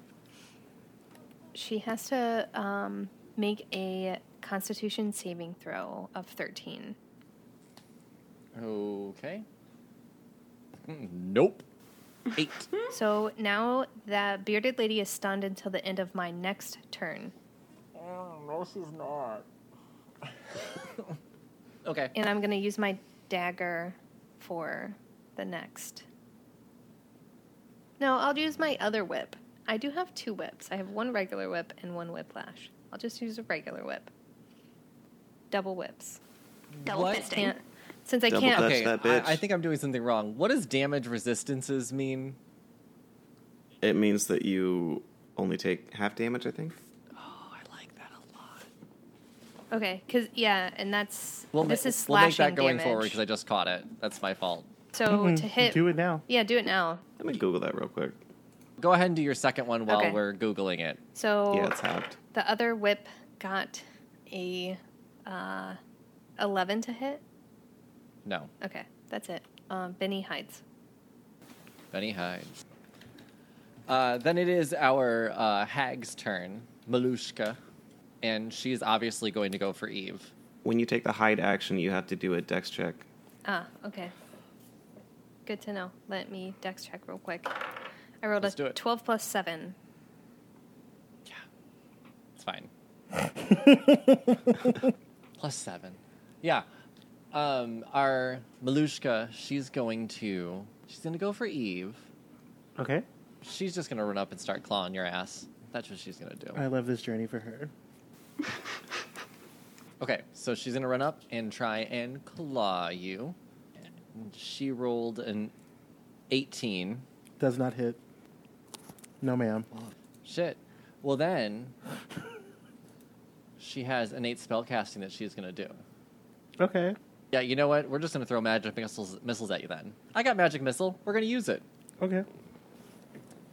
B: she has to um, make a constitution saving throw of 13.
A: Okay. Nope. Eight.
B: So now that bearded lady is stunned until the end of my next turn.
A: okay.
B: And I'm going to use my dagger for the next. No, I'll use my other whip. I do have two whips. I have one regular whip and one whiplash. I'll just use a regular whip. Double whips.
E: Double
A: What?
E: fisting.
B: Can't, since I
D: Double
B: can't.
D: Touch
A: Okay,
D: that
A: I,
D: bitch.
A: I think I'm doing something wrong. What does damage resistances mean?
D: It means that you only take half damage, I think.
A: Oh, I like that a lot.
B: Okay, because, yeah, and that's.
A: Well,
B: this
A: ma-
B: is
A: we'll make
B: slashing
A: that going
B: damage.
A: forward because I just caught it. That's my fault.
B: so Oh, to hit.
C: Mm-hmm. Do it now.
B: Yeah, do it now.
D: Let me Google that real quick.
A: Go ahead and do your second one while
B: Okay.
A: we're googling it.
B: So
D: Yeah, it's halved.
B: the other whip got a uh, 11 to hit.
A: No,
B: Okay, that's it. Um, Benny hides.
A: Benny hides. Uh, then it is our uh, hag's turn, Malushka, and she's obviously going to go for Eve.
D: When you take the hide action, you have to do a dex check.
B: Ah, okay. Good to know. Let me dex check real quick. I rolled
A: Let's do
B: a
A: it.
B: 12 plus 7.
A: Yeah, it's fine. Plus seven. Yeah. Um, our Malushka, she's going to she's gonna go for Eve.
C: Okay.
A: She's just gonna run up and start clawing your ass. That's what she's gonna do.
C: I love this journey for her.
A: Okay, so she's gonna run up and try and claw you. And She rolled an 18.
C: Does not hit. No, ma'am.
A: Shit. Well, then she has innate spell casting that she's gonna do.
C: Okay.
A: Yeah, you know what? We're just gonna throw magic missiles, missiles at you then. I got magic missile. We're gonna use it.
C: Okay.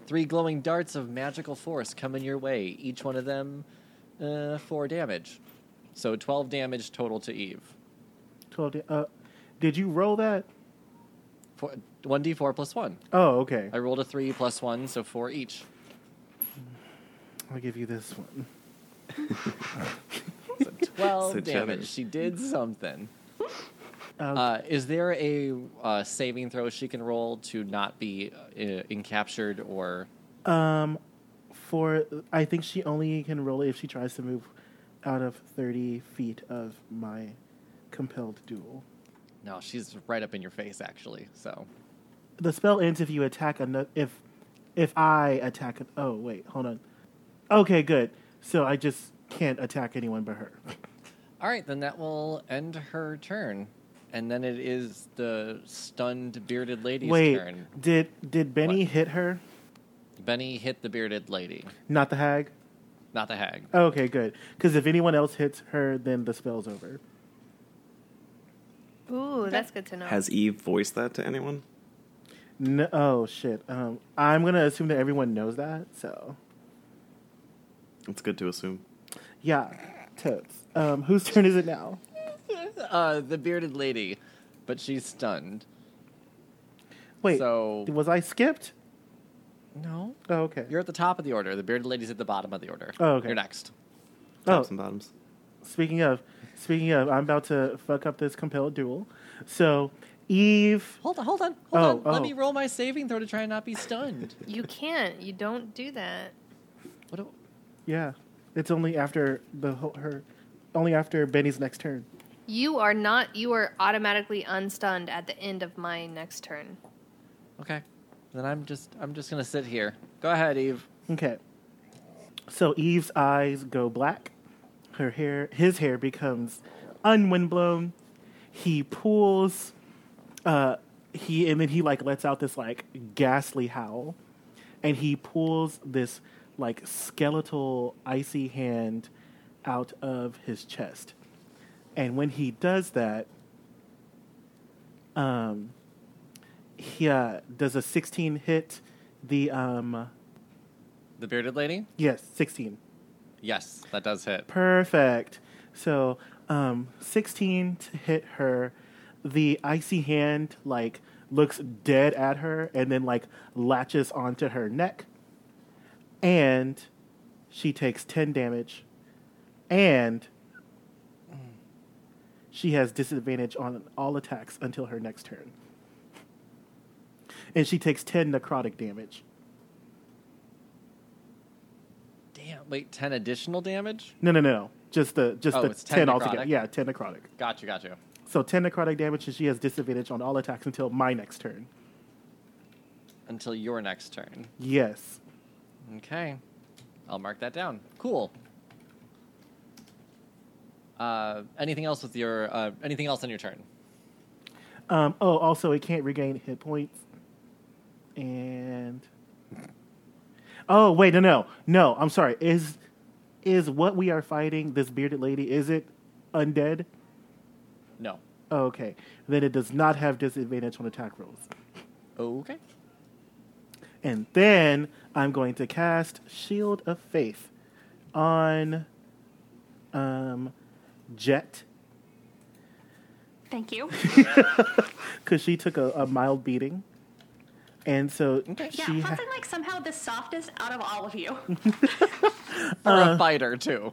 A: Three glowing darts of magical force coming your way. Each one of them, uh, four damage. So 12 damage total to Eve.
C: Twelve. da- Uh, did you roll that?
A: Four, 1d4 plus 1.
C: Oh, okay.
A: I rolled a 3 plus 1, so 4 each.
C: I'll give you this one.
D: So
A: 12
D: so
A: damage.
D: generous.
A: She did something.
C: Um,
A: Uh, is there a uh, saving throw she can roll to not be uh, encaptured or.
C: Um, for I think she only can roll if she tries to move out of thirty feet of my compelled duel.
A: No, she's right up in your face, actually. So
C: The spell ends if you attack another. If if I attack. An- oh wait, hold on. Okay, good. So I just can't attack anyone but her.
A: All right, then that will end her turn. And then it is the stunned bearded lady's
C: wait,
A: turn.
C: did did Benny
A: What?
C: hit her?
A: Benny hit the bearded lady,
C: Not the hag.
A: not the hag.
C: Oh, Okay, good. Because if anyone else hits her, then the spell's over.
B: Ooh, that's good to know.
D: Has Eve voiced that to anyone?
C: No, oh shit. Um, I'm gonna assume that everyone knows that. So
D: It's good to assume.
C: yeah, totes. Um, whose turn is it now?
A: Uh, the bearded lady, but she's stunned.
C: Wait.
A: So-
C: was I skipped?
A: No.
C: Oh, okay.
A: You're at the top of the order. The bearded lady's at the bottom of the order.
C: Oh, okay.
A: You're next.
C: oh,
D: Tops and bottoms.
C: speaking of, speaking of, I'm about to fuck up this compelled duel. So Eve,
A: Hold on, hold on, hold
C: Oh,
A: on. Let
C: oh.
A: me roll my saving throw to try and not be stunned.
B: you can't. You don't do that.
A: what do-
C: yeah, it's only after the whole, her, only after Benny's next turn.
B: You are not. You are automatically unstunned at the end of my next turn.
A: okay. Then I'm just I'm just gonna sit here. Go ahead, Eve.
C: Okay. So Eve's eyes go black. Her hair, his hair becomes unwindblown. He pulls. Uh, he and then he like lets out this like ghastly howl, and he pulls this like skeletal icy hand out of his chest. And when he does that, um, he uh, does a sixteen hit the um.
A: The bearded lady?
C: Yes, 16.
A: Yes, that does hit.
C: Perfect. So, um, 16 to hit her. The icy hand, like, looks dead at her and then, like, latches onto her neck. And she takes 10 damage. And she has disadvantage on all attacks until her next turn. And she takes 10 necrotic damage.
A: Damn. Wait, ten additional damage?
C: No, no, no, no. Just the just
A: Oh,
C: the
A: it's 10
C: ten, altogether.
A: necrotic?
C: Yeah, ten necrotic.
A: Gotcha, gotcha.
C: So 10 necrotic damage, and she has disadvantage on all attacks until my next turn.
A: Until your next turn.
C: Yes.
A: Okay. I'll mark that down. Cool. Uh, anything else with your uh, anything else on your turn?
C: Um, oh, also, it can't regain hit points. And. Oh, wait, no, no. No, I'm sorry. Is is what we are fighting, this bearded lady, is it undead?
A: No.
C: Oh, okay. Then it does not have disadvantage on attack rolls.
A: Okay.
C: And then I'm going to cast Shield of Faith on um, Jet.
E: Thank you.
C: because she took a, a mild beating, and so
E: Yeah,
C: she. Ha-
E: something like somehow the softest out of all of you.
B: Uh.
A: For a fighter too.
E: you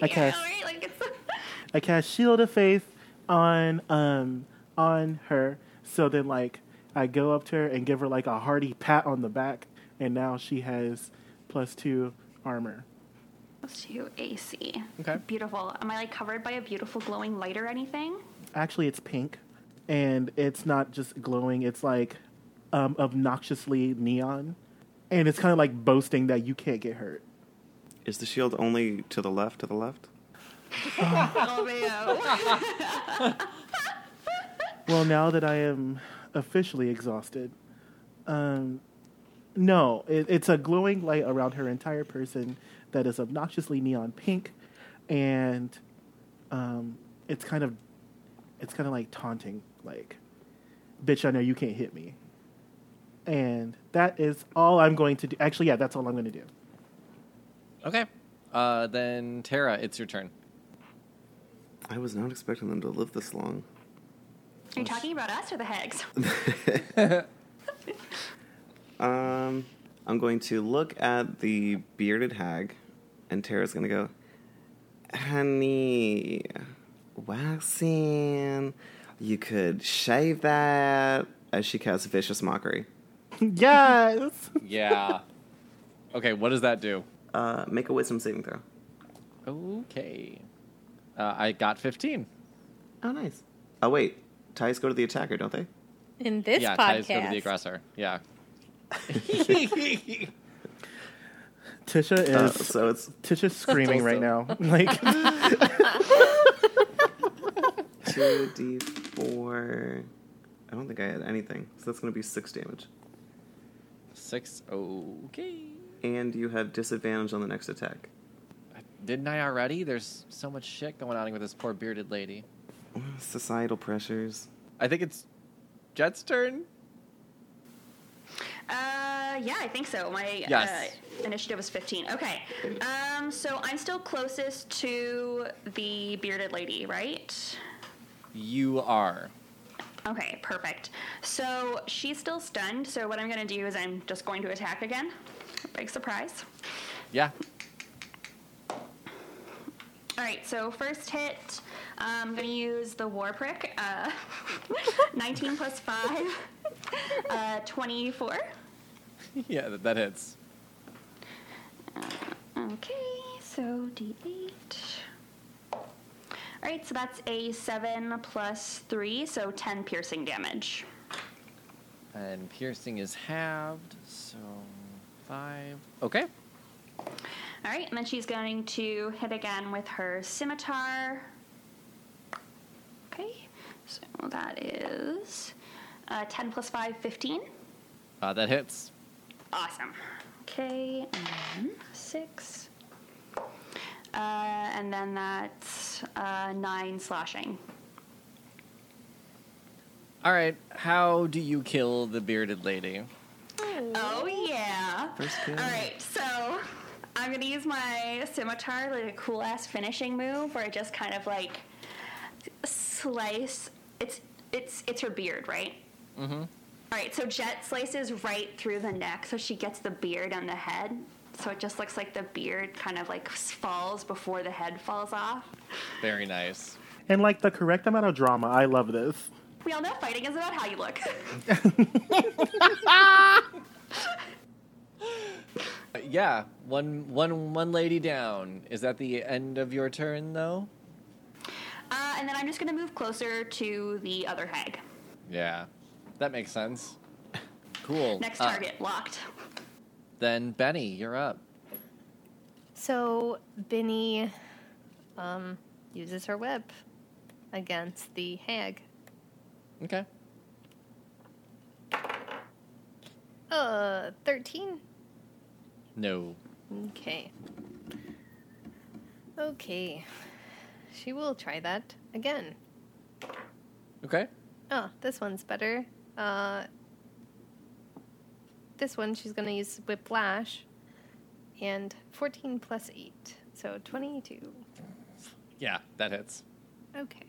C: I cast-
E: know, right? Like it's
C: I cast Shield of Faith on um on her. So then like I go up to her and give her like a hearty pat on the back, and now she has plus two armor.
E: plus two AC.
A: Okay.
E: Beautiful. Am I like covered by a beautiful glowing light or anything?
C: Actually, it's pink, and it's not just glowing. It's like um, obnoxiously neon, and it's kind of like boasting that you can't get hurt.
D: Is the shield only to the left? To the left?
E: oh man.
C: Well, now that I am officially exhausted, um, no, it, it's a glowing light around her entire person that is obnoxiously neon pink, and um, it's kind of, it's kind of like taunting, like, "Bitch, I know you can't hit me." And that is all I'm going to do. Actually, yeah, that's all I'm going to do.
A: Okay. Uh, then Tara, it's your turn.
D: I was not expecting them to live this long.
E: Are you talking about us or the hags?
D: Um, I'm going to look at the bearded hag, and Tara's going to go, Honey, waxing, you could shave that. As she casts Vicious Mockery.
C: yes.
A: Yeah. okay. What does that do?
D: Uh, make a wisdom saving throw.
A: Okay. Uh, I got 15.
D: Oh, nice. Oh, wait. Ties go to the attacker, don't they?
B: In this
A: yeah, ties go to the
B: podcast,
A: aggressor. Yeah.
C: Tisha is
D: Uh, so it's
C: Tisha's screaming right now. Like
D: 2d4. I don't think I had anything. So that's going to be 6 damage.
A: Six. Okay.
D: And you have disadvantage on the next attack.
A: Didn't I already? There's so much shit going on with this poor bearded lady.
D: Societal pressures.
A: I think it's Jet's turn.
E: Uh, yeah, I think so. My
A: Yes.
E: uh, initiative was 15. Okay. Um, so I'm still closest to the bearded lady, right?
A: You are.
E: Okay, perfect. So she's still stunned. So what I'm going to do is I'm just going to attack again. Big surprise.
A: Yeah.
E: All right, so first hit, um, I'm going to use the war prick. Uh, 19 plus 5, uh, 24.
A: yeah, that, that hits.
E: Okay, so d8. All right, so that's a 7 plus 3, so 10 piercing damage.
A: And piercing is halved, so five. Okay.
E: All right, and then she's going to hit again with her scimitar. Okay, so that is uh, 10 plus 5, 15.
A: Uh, that hits.
E: Awesome. Okay, and six. Uh, and then that's uh, nine slashing.
A: All right. How do you kill the bearded lady?
E: Oh, yeah.
D: First kill.
E: All right, so I'm gonna use my scimitar, like a cool ass finishing move, where I just kind of like slice. It's it's it's her beard, right? Mm-hmm. All right, so Jet slices right through the neck, so she gets the beard on the head. So it just looks like the beard kind of like falls before the head falls off.
A: Very nice.
C: and like the correct amount of drama. I love this.
E: We all know fighting is about how you look.
A: Uh, yeah. One one one lady down. Is that the end of your turn though?
E: uh, and then I'm just gonna move closer to the other hag.
A: Yeah. That makes sense. Cool.
E: Next
A: Uh,
E: target locked.
A: Then Benny, you're up.
B: so Binny um, uses her whip against the hag.
A: Okay.
B: Uh, thirteen.
A: No.
B: Okay. Okay. She will try that again.
A: Okay.
B: Oh, this one's better. Uh, this one she's gonna use Whiplash, and fourteen plus eight, so twenty-two.
A: Yeah, that hits.
B: Okay.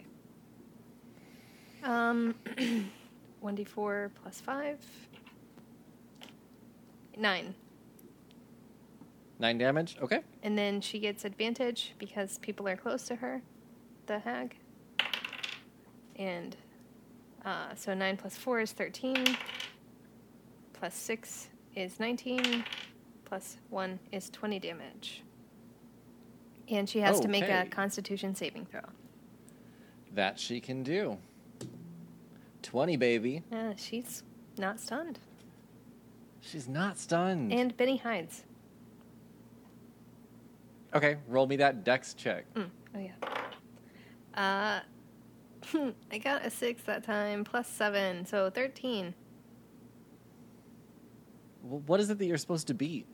B: Um, one d four plus five. Nine.
A: Nine damage. Okay.
B: And then she gets advantage because people are close to her, the hag. And uh, so 9 plus 4 is 13, plus 6 is 19, plus 1 is 20 damage. And she has to make a
A: Okay.
B: constitution saving throw.
A: That she can do. 20, baby.
B: Uh, she's not stunned.
A: She's not stunned.
B: And Benny hides.
A: okay, roll me that dex check.
B: Mm, Oh, yeah. Uh, I got a 6 that time, plus 7, so 13.
A: W What is it that you're supposed to beat?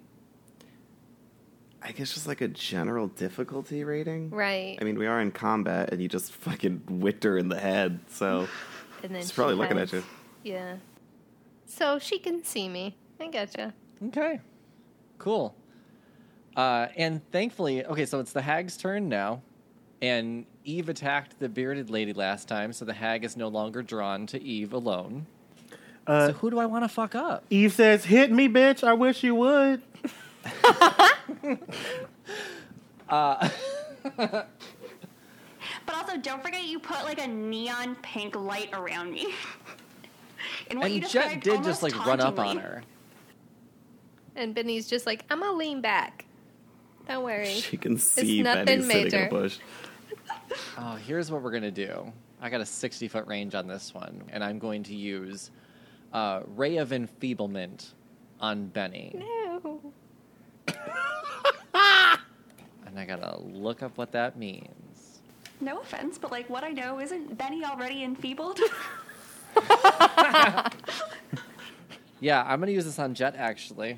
D: I guess just like a general difficulty rating.
B: Right.
D: I mean, we are in combat, and you just fucking whipped her in the head. So
B: And then
D: She's probably
B: she
D: looking
B: has-
D: at you.
B: Yeah. So she can see me. I gotcha.
A: Okay. Cool. Uh, and thankfully, okay, so it's the hag's turn now. And Eve attacked the bearded lady last time, so the hag is no longer drawn to Eve alone.
C: Uh,
A: so who do I want to fuck up?
C: Eve says, "Hit me, bitch! I wish you would."
A: Uh,
E: But also, don't forget you put like a neon pink light around me. And what you
A: and
E: described
A: Jet did just
E: almost
A: like run up on
E: tauntingly.
A: her.
B: And Benny's just like, I'm gonna lean back. Don't worry.
D: she can see
B: nothing
D: Benny sitting in
B: major.
D: a bush.
A: Oh, here's what we're gonna do. I got a 60 foot range on this one, and I'm going to use uh, Ray of Enfeeblement on Benny.
B: No.
A: And I gotta look up what that means.
E: No offense, but like what I know isn't Benny already enfeebled?
A: Yeah, I'm gonna use this on Jet actually.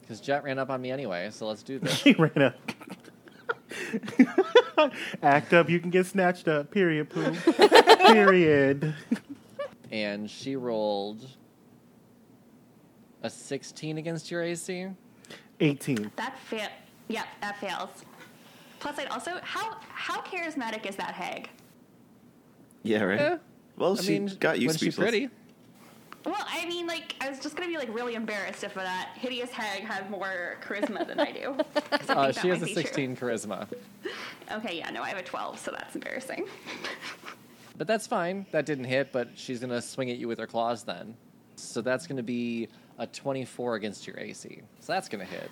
A: Because Jet ran up on me anyway, so let's do this.
C: She ran up. Act up, you can get snatched up. Period, poo. Period.
A: and she rolled a 16 against your AC.
C: 18.
E: that fail. Yep, that fails. Plus, I'd also how how charismatic is that hag?
D: Yeah, right.
B: Uh,
A: Yeah.
D: Well,
A: Eh, I
D: she
A: mean,
D: got you
A: when she's
D: speechless.
A: pretty.
E: Well, I mean, like I was just gonna be like really embarrassed if that hideous hag had more charisma than I do. 'Cause I think
A: Uh,
E: that
A: she has
E: might
A: a
E: be true.
A: 16 charisma.
E: Okay, yeah, no, I have a twelve, so that's embarrassing.
A: But that's fine. That didn't hit, but she's going to swing at you with her claws then. So that's going to be a 24 against your AC. So that's going to hit.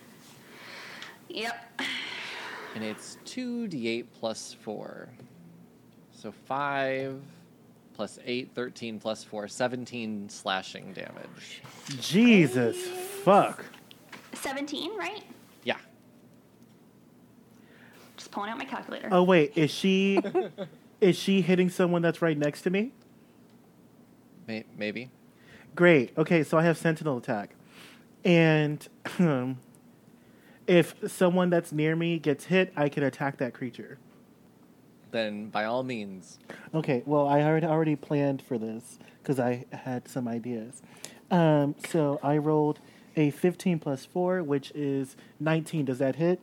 E: yep.
A: And it's 2d8 plus 4. So 5 plus 8, 13 plus 4, 17 slashing damage.
C: Jesus fuck.
E: Seventeen, right?
A: Yeah.
E: Just pulling out my calculator.
C: Oh wait, is she is she hitting someone that's right next to me?
A: May- maybe.
C: Great. Okay, so I have sentinel attack. And um, if someone that's near me gets hit, I can attack that creature.
A: Then by all means.
C: Okay, well, I had already planned for this because I had some ideas. Um, so I rolled a 15 plus 4, which is 19. Does that hit?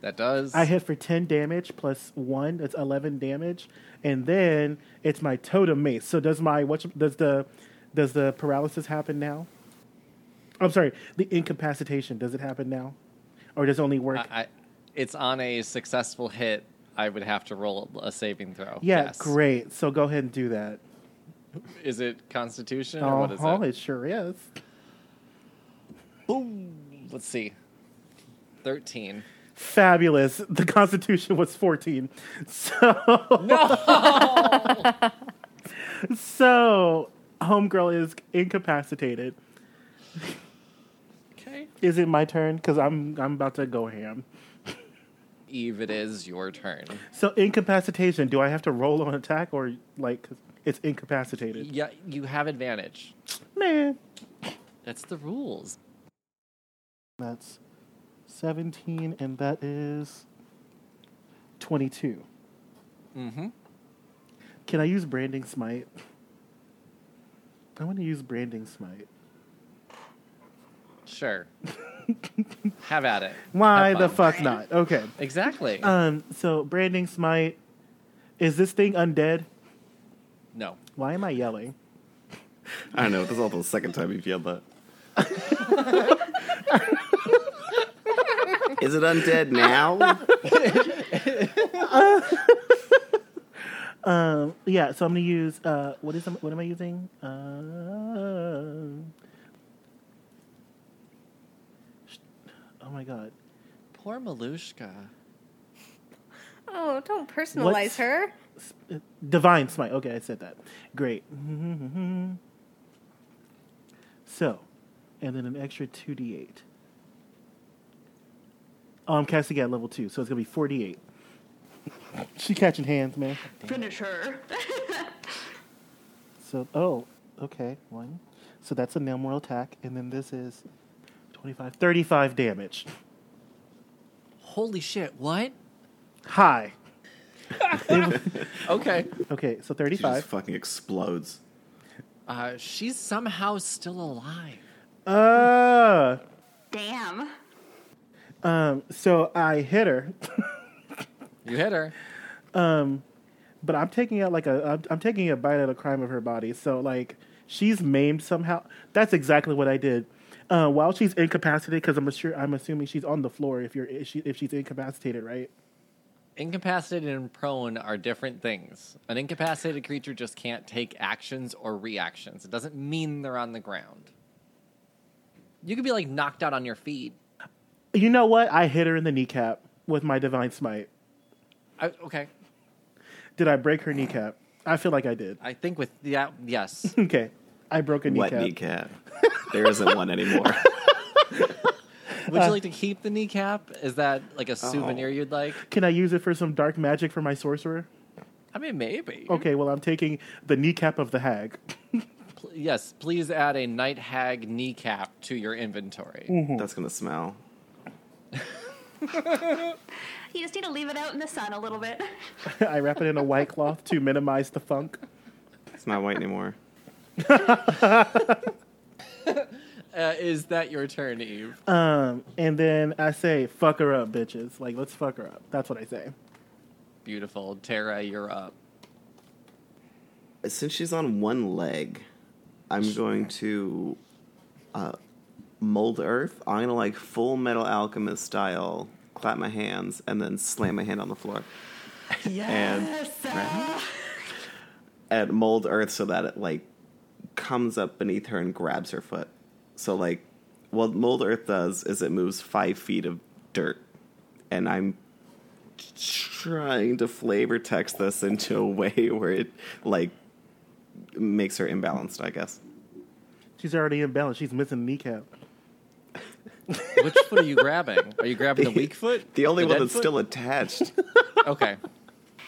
A: That does.
C: I hit for 10 damage plus 1. That's 11 damage. And then it's my totem mace. So does my what does the does the paralysis happen now? I'm sorry, the incapacitation. Does it happen now? Or does it only work?
A: I, I, it's on a successful hit. I would have to roll a saving throw.
C: yeah,
A: Yes.
C: great. So go ahead and do that.
A: Is it Constitution or what is
C: Oh,
A: it?
C: it sure is.
A: Let's see. 13.
C: Fabulous. The Constitution was 14. So. so, Homegirl is incapacitated.
A: Okay.
C: Is it my turn? Because I'm, I'm about to go ham.
A: Eve, it is your turn.
C: So, incapacitation, do I have to roll on attack or, like, 'cause it's incapacitated?
A: Yeah, you have advantage.
C: Man.
A: That's the rules.
C: That's 17, and that is 22.
A: Mm-hmm.
C: Can I use branding smite? I want to use branding smite.
A: Sure. have at it.
C: Why
A: Have
C: the
A: fun.
C: fuck not? Okay.
A: Exactly.
C: Um. So branding smite. Is this thing undead?
A: no.
C: Why am I yelling?
D: I don't know. This is all the second time you've yelled that. Is it undead now?
C: Um, yeah, so I'm gonna use uh, what is what am I using? Uh, sh- oh my god,
A: Poor Malushka.
B: Oh, don't personalize
C: What's-
B: her.
C: S- uh, divine smite. Okay, I said that. Great. so, and then an extra two d eight. Oh, I'm casting at level two, so it's gonna be forty eight. she catching hands, man.
E: Finish her.
C: So, oh, okay, one. So that's a Nemworld attack, and then this is 25, 35 damage.
A: Holy shit, what?
C: High.
A: Okay.
C: Okay, so
D: She just
C: 35.
D: fucking explodes.
A: Uh, she's somehow still alive.
C: Uh,
E: Damn.
C: um, so I hit her,
A: You hit her.
C: but I'm taking out like a, I'm, I'm taking a bite at a crime of her body. So like, she's maimed somehow. That's exactly what I did. Uh, while she's incapacitated, because I'm sure I'm assuming she's on the floor. If you're if, she, if she's incapacitated, right?
A: Incapacitated and prone are different things. An incapacitated creature just can't take actions or reactions. It doesn't mean they're on the ground. You could be like knocked out on your feet.
C: You know what? I hit her in the kneecap with my divine smite.
A: I, okay,
C: Did I break her kneecap? I feel like I did.
A: I think with yeah, yes.
C: Okay. I broke a
D: What
C: kneecap.
D: kneecap? There isn't one anymore.
A: Would you like to keep the kneecap? Is that like
D: Oh.
A: a souvenir you'd like?
C: Can I use it for some dark magic for my sorcerer?
A: I mean, maybe.
D: Oh.
C: Okay, well, I'm taking the kneecap of the hag.
A: Pl- yes, please add a night hag kneecap to your inventory.
D: That's gonna smell.
E: You just need to leave it out in the sun a little bit.
C: I wrap it in a white cloth to minimize the funk.
D: It's not white anymore.
A: Uh, is that your turn, Eve?
C: Um, and then I say, fuck her up, bitches. Like, let's fuck her up. That's what I say.
A: Beautiful. Tara, you're up.
D: Since she's on one leg, I'm going to uh, mold earth. I'm gonna like full metal alchemist style, clap my hands, and then slam my hand on the floor. Yes. And, and mold earth so that it like comes up beneath her and grabs her foot. So like what mold earth does is it moves five feet of dirt. And I'm trying to flavor text this into a way where it like makes her imbalanced, I guess.
C: She's already imbalanced. She's missing kneecap.
A: Which foot are you grabbing? Are you grabbing the weak foot?
D: The only one
A: dead
D: that's
A: foot?
D: still attached.
A: Okay.
E: Oh,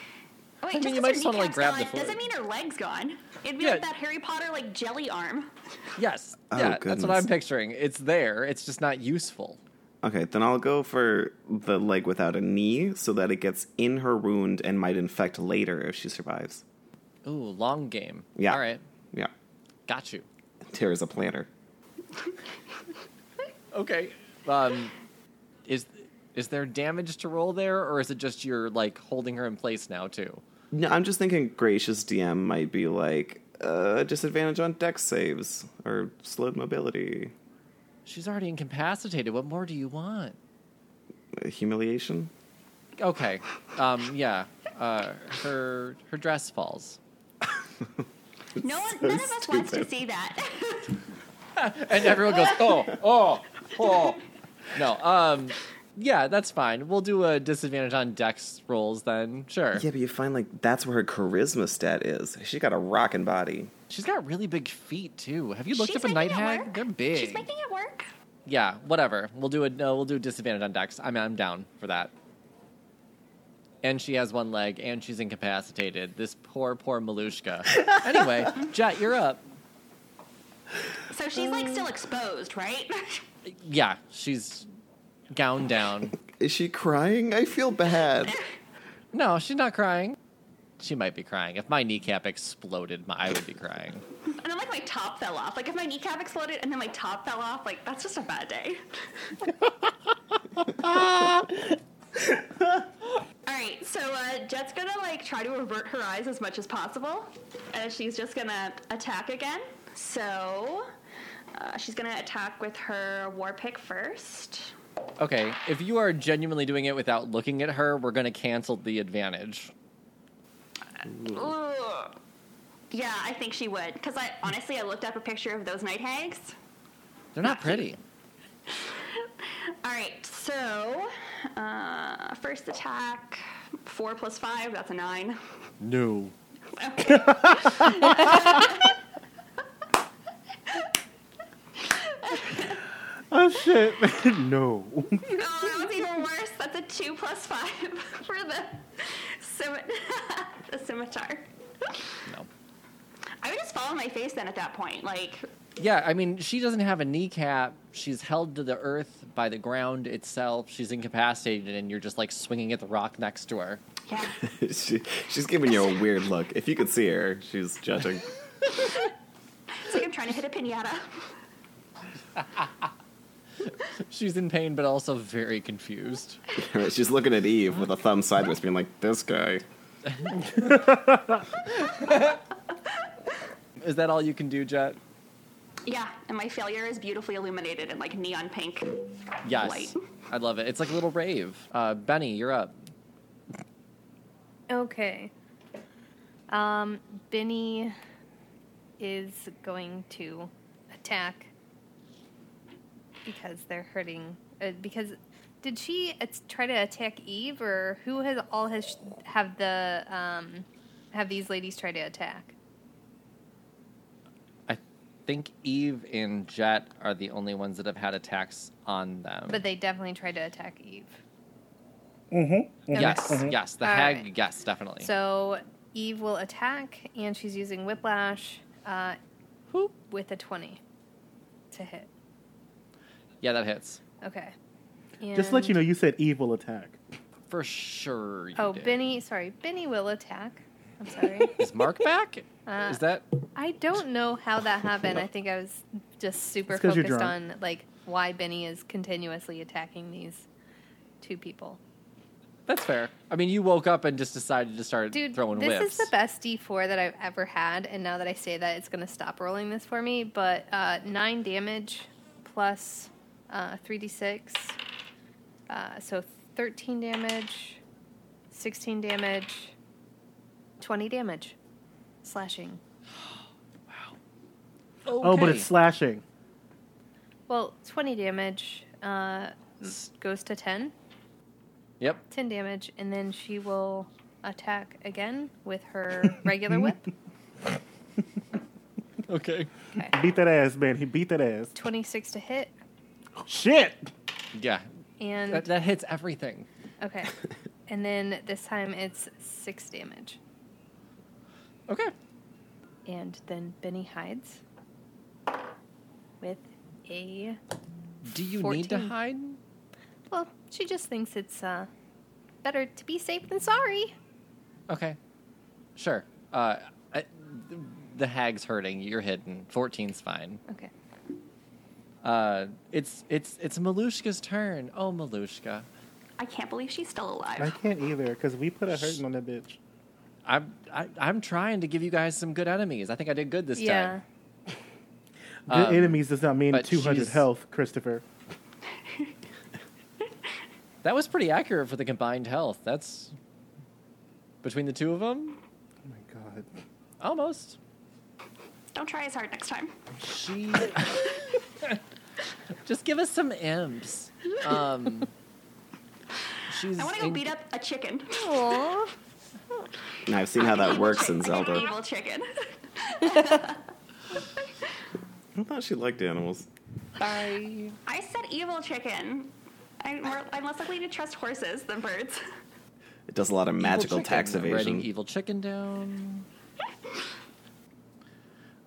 A: I mean,
E: wait,
A: you
E: just 'cause
A: might
E: her
A: just wanna, like,
E: kneecap's
A: grab the
E: gone
A: foot.
E: doesn't mean her leg's gone. It'd be
A: Yeah.
E: like that Harry Potter like jelly arm.
A: Yes.
D: Oh,
A: yeah, that's what
D: goodness.
A: I'm picturing. It's there, it's just not useful.
D: Okay, then I'll go for the leg without a knee so that it gets in her wound and might infect later if she survives.
A: Ooh, long game.
D: Yeah.
A: All right.
D: Yeah.
A: Got you.
D: Tara's a planner.
A: Okay. Um, is is there damage to roll there, or is it just you're like holding her in place now too?
D: No, I'm just thinking gracious DM might be like uh, disadvantage on dex saves or slowed mobility,
A: She's already incapacitated. What more do you want?
D: Uh, humiliation.
A: Okay. Um, yeah. Uh, her her dress falls,
E: No one,
D: So
E: none of us wants to
D: stupid.
E: see that.
A: and everyone goes, oh, oh, oh. No. Um, yeah, that's fine. We'll do a disadvantage on dex rolls then. Sure.
D: Yeah, but you find like that's where her charisma stat is. She got a rockin' body.
A: She's got really big feet too. Have you looked
E: She's
A: up a night
E: making it
A: hag?
E: work.
A: They're big.
E: She's making it work.
A: Yeah, whatever. We'll do a no, we'll do a disadvantage on Dex. I'm I'm down for that. And she has one leg, and she's incapacitated. This poor, poor Malushka. anyway, Jet, you're up.
E: So she's like
A: Um,
E: still exposed, right?
A: Yeah, she's gowned down.
D: Is she crying? I feel bad.
A: No, she's not crying. She might be crying. If my kneecap exploded, my, I would be crying.
E: and then like my top fell off. Like if my kneecap exploded and then my top fell off, like that's just a bad day. All right, so uh, Jet's gonna like try to avert her eyes as much as possible, and she's just gonna attack again. So uh, she's gonna attack with her war pick first.
A: Okay, if you are genuinely doing it without looking at her, we're going to cancel the advantage.
E: Ugh. Yeah, I think she would. Because I honestly, I looked up a picture of those night hags.
A: They're not pretty.
E: All right, so uh, first attack, four plus five, that's a nine.
C: No.
E: Okay.
C: Oh shit! no.
E: no, Oh, that was even worse. That's a two plus five for the, scim- the scimitar.
A: No.
E: I would just fall on my face then at that point. Like,
A: Yeah, I mean, she doesn't have a kneecap. She's held to the earth by the ground itself. She's incapacitated, and you're just like swinging at the rock next to her.
E: yeah.
D: she, she's giving you a weird look. If you could see her, she's judging.
E: It's like I'm trying to hit a pinata.
A: She's in pain, but also very confused.
D: she's looking at Eve with a thumb sideways, being like, "This guy."
A: Is that all you can do, Jet?
E: Yeah, and my failure is beautifully illuminated in like neon pink.
A: Yes.
E: Light.
A: I love it. It's like a little rave. Uh, Benny, you're up.
B: Okay. Um, Benny is going to attack because they're hurting. Uh, because did she at- try to attack Eve, or who has all has sh- have the um have these ladies try to attack?
A: I think Eve and Jet are the only ones that have had attacks on them.
B: But they definitely tried to attack Eve.
A: yes, yes, the
B: All
A: hag,
B: right.
A: yes, definitely.
B: So Eve will attack, and she's using Whiplash uh,
A: Whoop.
B: with a twenty to hit.
A: yeah, that hits
B: Okay.
C: Just to let you
B: And-
C: know, you said evil attack.
A: for sure. you
B: Oh,
A: did.
B: Benny, sorry, Benny will attack. I'm sorry.
A: Is Mark back?
B: Uh,
A: Is that
B: I don't know how that happened. I think I was just super
C: It's 'cause you're
B: focused on
C: drunk.
B: like why Benny is continuously attacking these two people.
A: that's fair? I mean, you woke up and just decided to start
B: Dude,
A: throwing
B: this
A: whips.
B: is the best D4 that I've ever had, and now that I say that, it's going to stop rolling this for me. But uh, nine damage plus uh, 3d6, uh, so 13 damage, 16 damage, 20 damage, slashing.
C: Oh, but it's slashing.
B: Well, 20 damage uh, goes to 10.
A: Yep.
B: 10 damage, and then she will attack again with her regular whip.
A: Okay.
B: Okay.
C: Beat that ass, man. He beat that ass.
B: 26 to hit,
C: Shit.
A: Yeah,
B: and
A: that, that hits everything.
B: okay. And then this time it's 6 damage.
A: Okay.
B: And then Benny hides with a.
A: Do you need to
B: 14.
A: hide?
B: Well, she just thinks it's uh, better to be safe than sorry.
A: Okay. Sure. Uh, I, the hag's hurting. You're hidden. 14's fine.
B: Okay.
A: Uh, it's it's it's Malushka's turn. Oh, Malushka.
E: I can't believe she's still
C: I
E: alive.
C: can't either because we put a hurting on that bitch.
A: I'm I, I'm trying to give you guys some good enemies. I think I did good this
B: yeah.
A: time.
C: The
A: Um,
C: enemies does not mean
A: but
C: 200
A: she's-
C: health, Christopher.
A: That was pretty accurate for the combined health. That's between the two of them,
C: Oh my god.
A: almost.
E: Don't try as hard next time.
A: She. Just give us some imps. Um, she's.
E: I want to go
A: in-
E: beat up a chicken.
B: Aw.
D: Now I've seen how that works in
E: Like an
D: Zelda.
E: evil chicken.
D: I thought she liked animals.
A: Bye.
E: I said evil chicken. I'm, more, I'm less likely to trust horses than birds.
D: It does a lot of magical
A: Evil chicken.
D: tax
A: I'm Writing
D: evasion.
A: evil chicken down.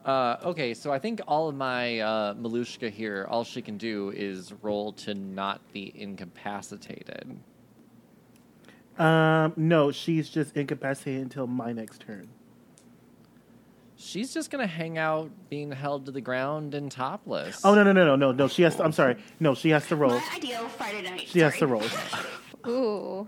A: Uh, okay, so I think all of my uh, Malushka here, all she can do is roll to not be incapacitated.
C: Um, no, she's just incapacitated until my next turn.
A: She's just gonna hang out, being held to the ground and topless.
C: Oh no no no no no no. She has. To, I'm sorry. No, she has to roll.
E: My ideal Friday night.
C: She has to
E: sorry.
B: Ooh.
C: roll.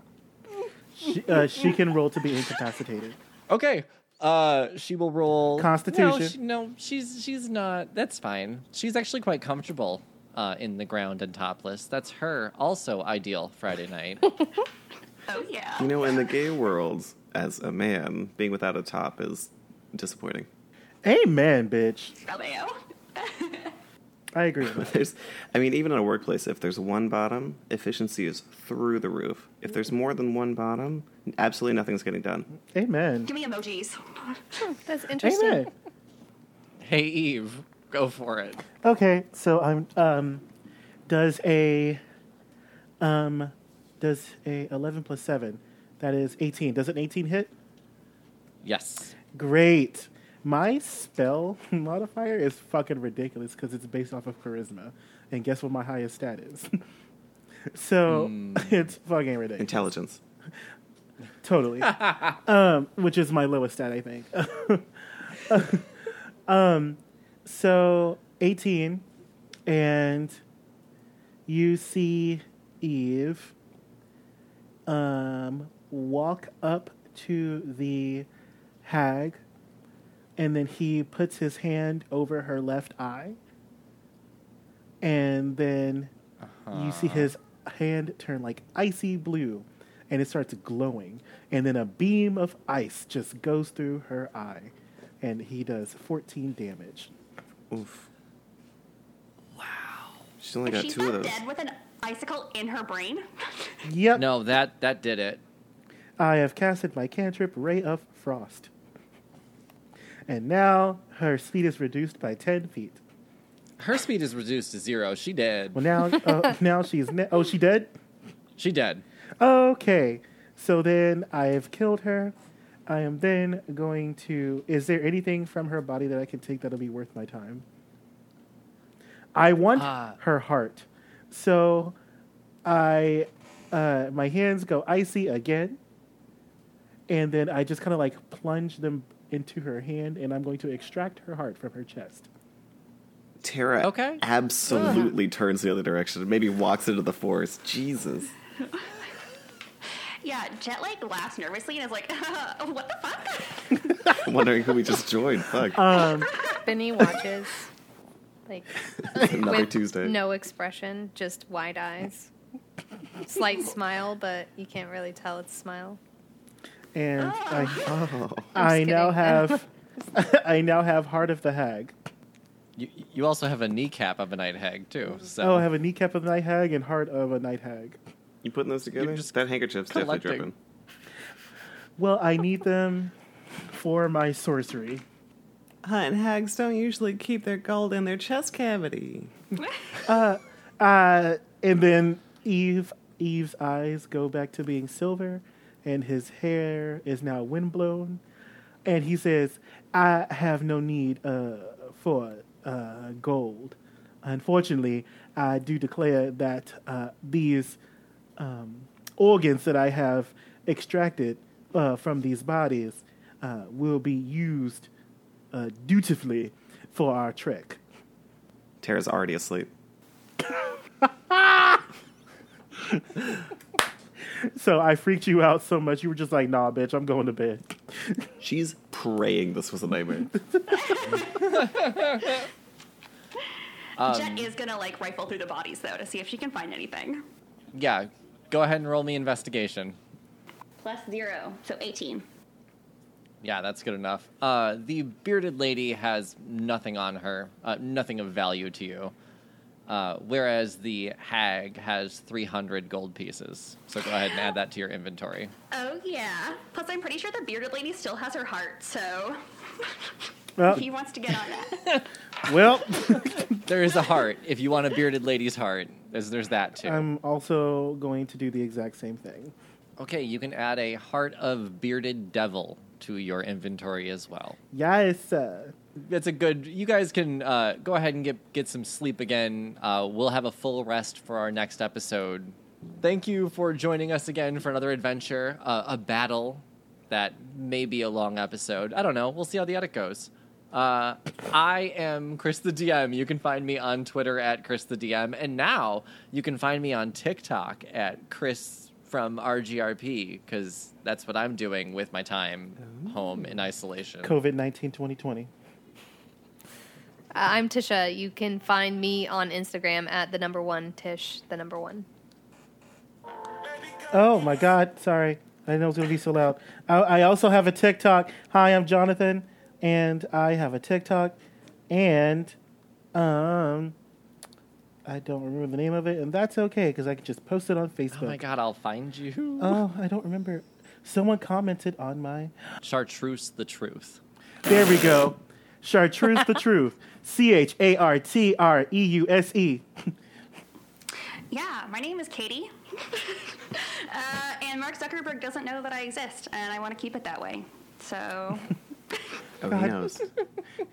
C: She, uh, she can roll to be incapacitated.
A: Okay. Uh, she will roll
C: Constitution.
A: No, she, no, she's she's not. That's fine. She's actually quite comfortable. uh, in the ground and topless. That's her also ideal Friday night.
E: Oh yeah.
D: You know, in the gay world, as a man, being without a top is disappointing.
C: Amen, bitch.
E: LAO.
C: I agree with that.
D: There's, I mean, even in a workplace, if there's one bottom, efficiency is through the roof. If there's more than one bottom, absolutely nothing's getting done.
C: Amen.
E: Give me emojis.
B: That's interesting.
C: Amen.
A: hey Eve, go for it.
C: Okay, so I'm um, does a um, does a eleven plus seven, that is eighteen. Does an eighteen hit?
A: Yes.
C: Great. My spell modifier is fucking ridiculous because it's based off of charisma, and guess what my highest stat is. so it's fucking ridiculous.
D: Intelligence.
C: totally. um, which is my lowest stat, I think. um, so 18, and you see Eve um, walk up to the hag, and then he puts his hand over her left eye, and then you see his hand turn like icy blue and it starts glowing and then a beam of ice just goes through her eye and he does 14 damage
D: Oof. Wow. She's only got
E: She's
D: two of
E: not
D: those.
E: dead with an icicle in her brain.
C: yep
A: No, that that did it.
C: i have casted my cantrip ray of frost and now her speed is reduced by 10 feet
A: Her speed is reduced to zero. She dead.
C: well now uh, now she's ne- oh she dead
A: She dead.
C: okay so then i have killed her i am then going to is there anything from her body that i can take that'll be worth my time i want
A: Ah.
C: her heart so i uh, my hands go icy again and then i just kind of like plunge them into her hand and i'm going to extract her heart from her chest
D: Tara
A: Okay.
D: absolutely turns the other direction and maybe walks into the forest. Jesus.
E: yeah, Jet like laughs nervously and is like, "What the fuck?"
D: I'm wondering who we just joined. Fuck.
C: Um,
B: Benny watches, like
D: Another
B: with
D: Tuesday.
B: no expression, just wide eyes, slight smile, but you can't really tell it's smile.
C: and i,
D: Oh.
C: I now
B: kidding.
C: have i now have heart of the hag
A: You, you also have a kneecap of a night hag too. So
C: Oh, I have a kneecap of a night hag and heart of a night hag.
D: You putting those together?
A: You're just
D: that handkerchief's definitely dripping.
A: collecting.
C: Well, I need them for my sorcery.
D: Hunt hags don't usually keep their gold in their chest cavity.
C: Uh, and then Eve Eve's eyes go back to being silver, and his hair is now windblown. And he says, "I have no need uh, for uh, gold. Unfortunately, I do declare that uh, these um, organs that I have extracted uh, from these bodies uh, will be used uh, dutifully for our trek."
D: Tara's already asleep.
C: So I freaked you out so much, you were just like, "Nah, bitch, I'm going to bed."
D: She's praying this was a nightmare. Um,
E: Jet is gonna like rifle through the bodies though to see if she can find anything.
A: yeah, go ahead and roll me investigation.
E: Plus zero, so eighteen.
A: Yeah, that's good enough. Uh, the bearded lady has nothing on her, uh, nothing of value to you. Uh, whereas the hag has 300 gold pieces. So go ahead and add that to your inventory.
E: Oh yeah. Plus, I'm pretty sure the bearded lady still has her heart, so
D: Oh.
C: Well,
E: he wants to get on that.
C: well,
A: There is a heart. If you want a bearded lady's heart, there's, there's that too.
C: I'm also going to do the exact same thing.
A: okay, you can add a heart of bearded devil to your inventory as well.
C: Yes, uh,
A: That's a good. You guys can uh, go ahead and get get some sleep again. Uh, we'll have a full rest for our next episode. Thank you for joining us again for another adventure, uh, a battle that may be a long episode. I don't know. We'll see how the edit goes. Uh, I am Chris the DM. You can find me on Twitter at Chris the DM, and now you can find me on TikTok at Chris from RGRP because that's what I'm doing with my time home in isolation.
C: COVID 19 2020.
B: Uh, I'm Tisha. You can find me on Instagram at the number one Tish, the number one.
C: Oh my God! Sorry, I know it's gonna be so loud. I, I also have a TikTok. Hi, I'm Jonathan, and I have a TikTok, and um, I don't remember the name of it, and that's okay because I can just post it on Facebook.
A: Oh my god, I'll find you.
C: Oh, I don't remember. Someone commented on my.
A: Chartreuse the truth.
C: There we go. Chartreuse the truth. C H A R T R E U S E.
E: Yeah, my name is Katie. uh, and Mark Zuckerberg doesn't know that I exist, and I want to keep it that way. So,
D: Oh, he
C: God.
D: knows.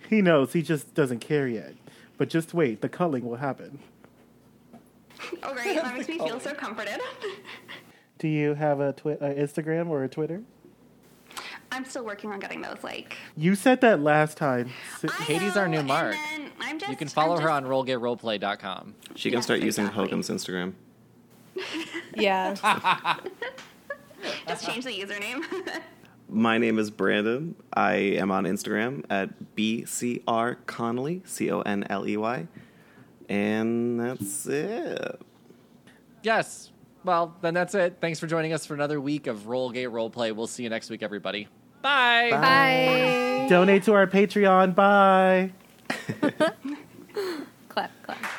C: He knows. He just doesn't care yet. But just wait, the culling will happen.
E: oh, great. That makes me feel so comforted.
C: Do you have a twi- uh, Instagram or a Twitter?
E: I'm still working on getting those. Like,
C: You said that last time. Si-
E: I
A: Katie's our
E: know,
A: new
E: and
A: Mark.
E: then I'm
A: You can
E: just-
A: follow
E: I'm
A: her
E: just-
A: on rollgateroleplay.com.
D: She can
E: Yes,
D: start using
E: exactly.
D: Hogan's Instagram.
B: Yeah.
E: Just change the username.
D: My name is Brandon. I am on Instagram at BCR Connolly, C O N L E Y. And that's it.
A: Yes. Well, then that's it. Thanks for joining us for another week of Roll Gate Roleplay. We'll see you next week, everybody. Bye.
B: Bye.
C: Donate to our Patreon. Bye.
B: Clap, clap.